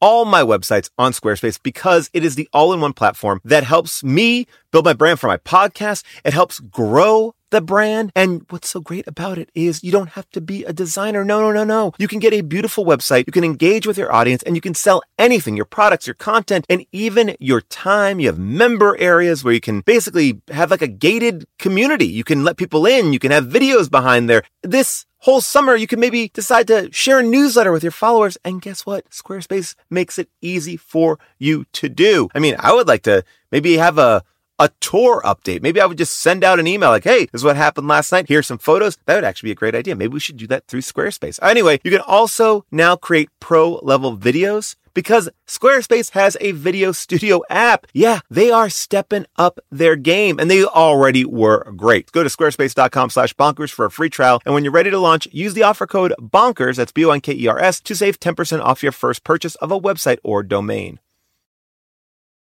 Speaker 1: all my websites on Squarespace because it is the all in one platform that helps me build my brand for my podcast. It helps grow the brand. And what's so great about it is you don't have to be a designer. No, no, no, no. You can get a beautiful website. You can engage with your audience and you can sell anything your products, your content, and even your time. You have member areas where you can basically have like a gated community. You can let people in. You can have videos behind there. This whole summer, you can maybe decide to share a newsletter with your followers. And guess what? Squarespace makes it easy for you to do. I mean, I would like to maybe have a a tour update. Maybe I would just send out an email like, hey, this is what happened last night. Here's some photos. That would actually be a great idea. Maybe we should do that through Squarespace. Anyway, you can also now create pro level videos because Squarespace has a video studio app. Yeah, they are stepping up their game and they already were great. Go to squarespace.com slash bonkers for a free trial. And when you're ready to launch, use the offer E code bonkers, that's B-O-N-K-E-R-S, to save 10% off your first purchase of a website or domain.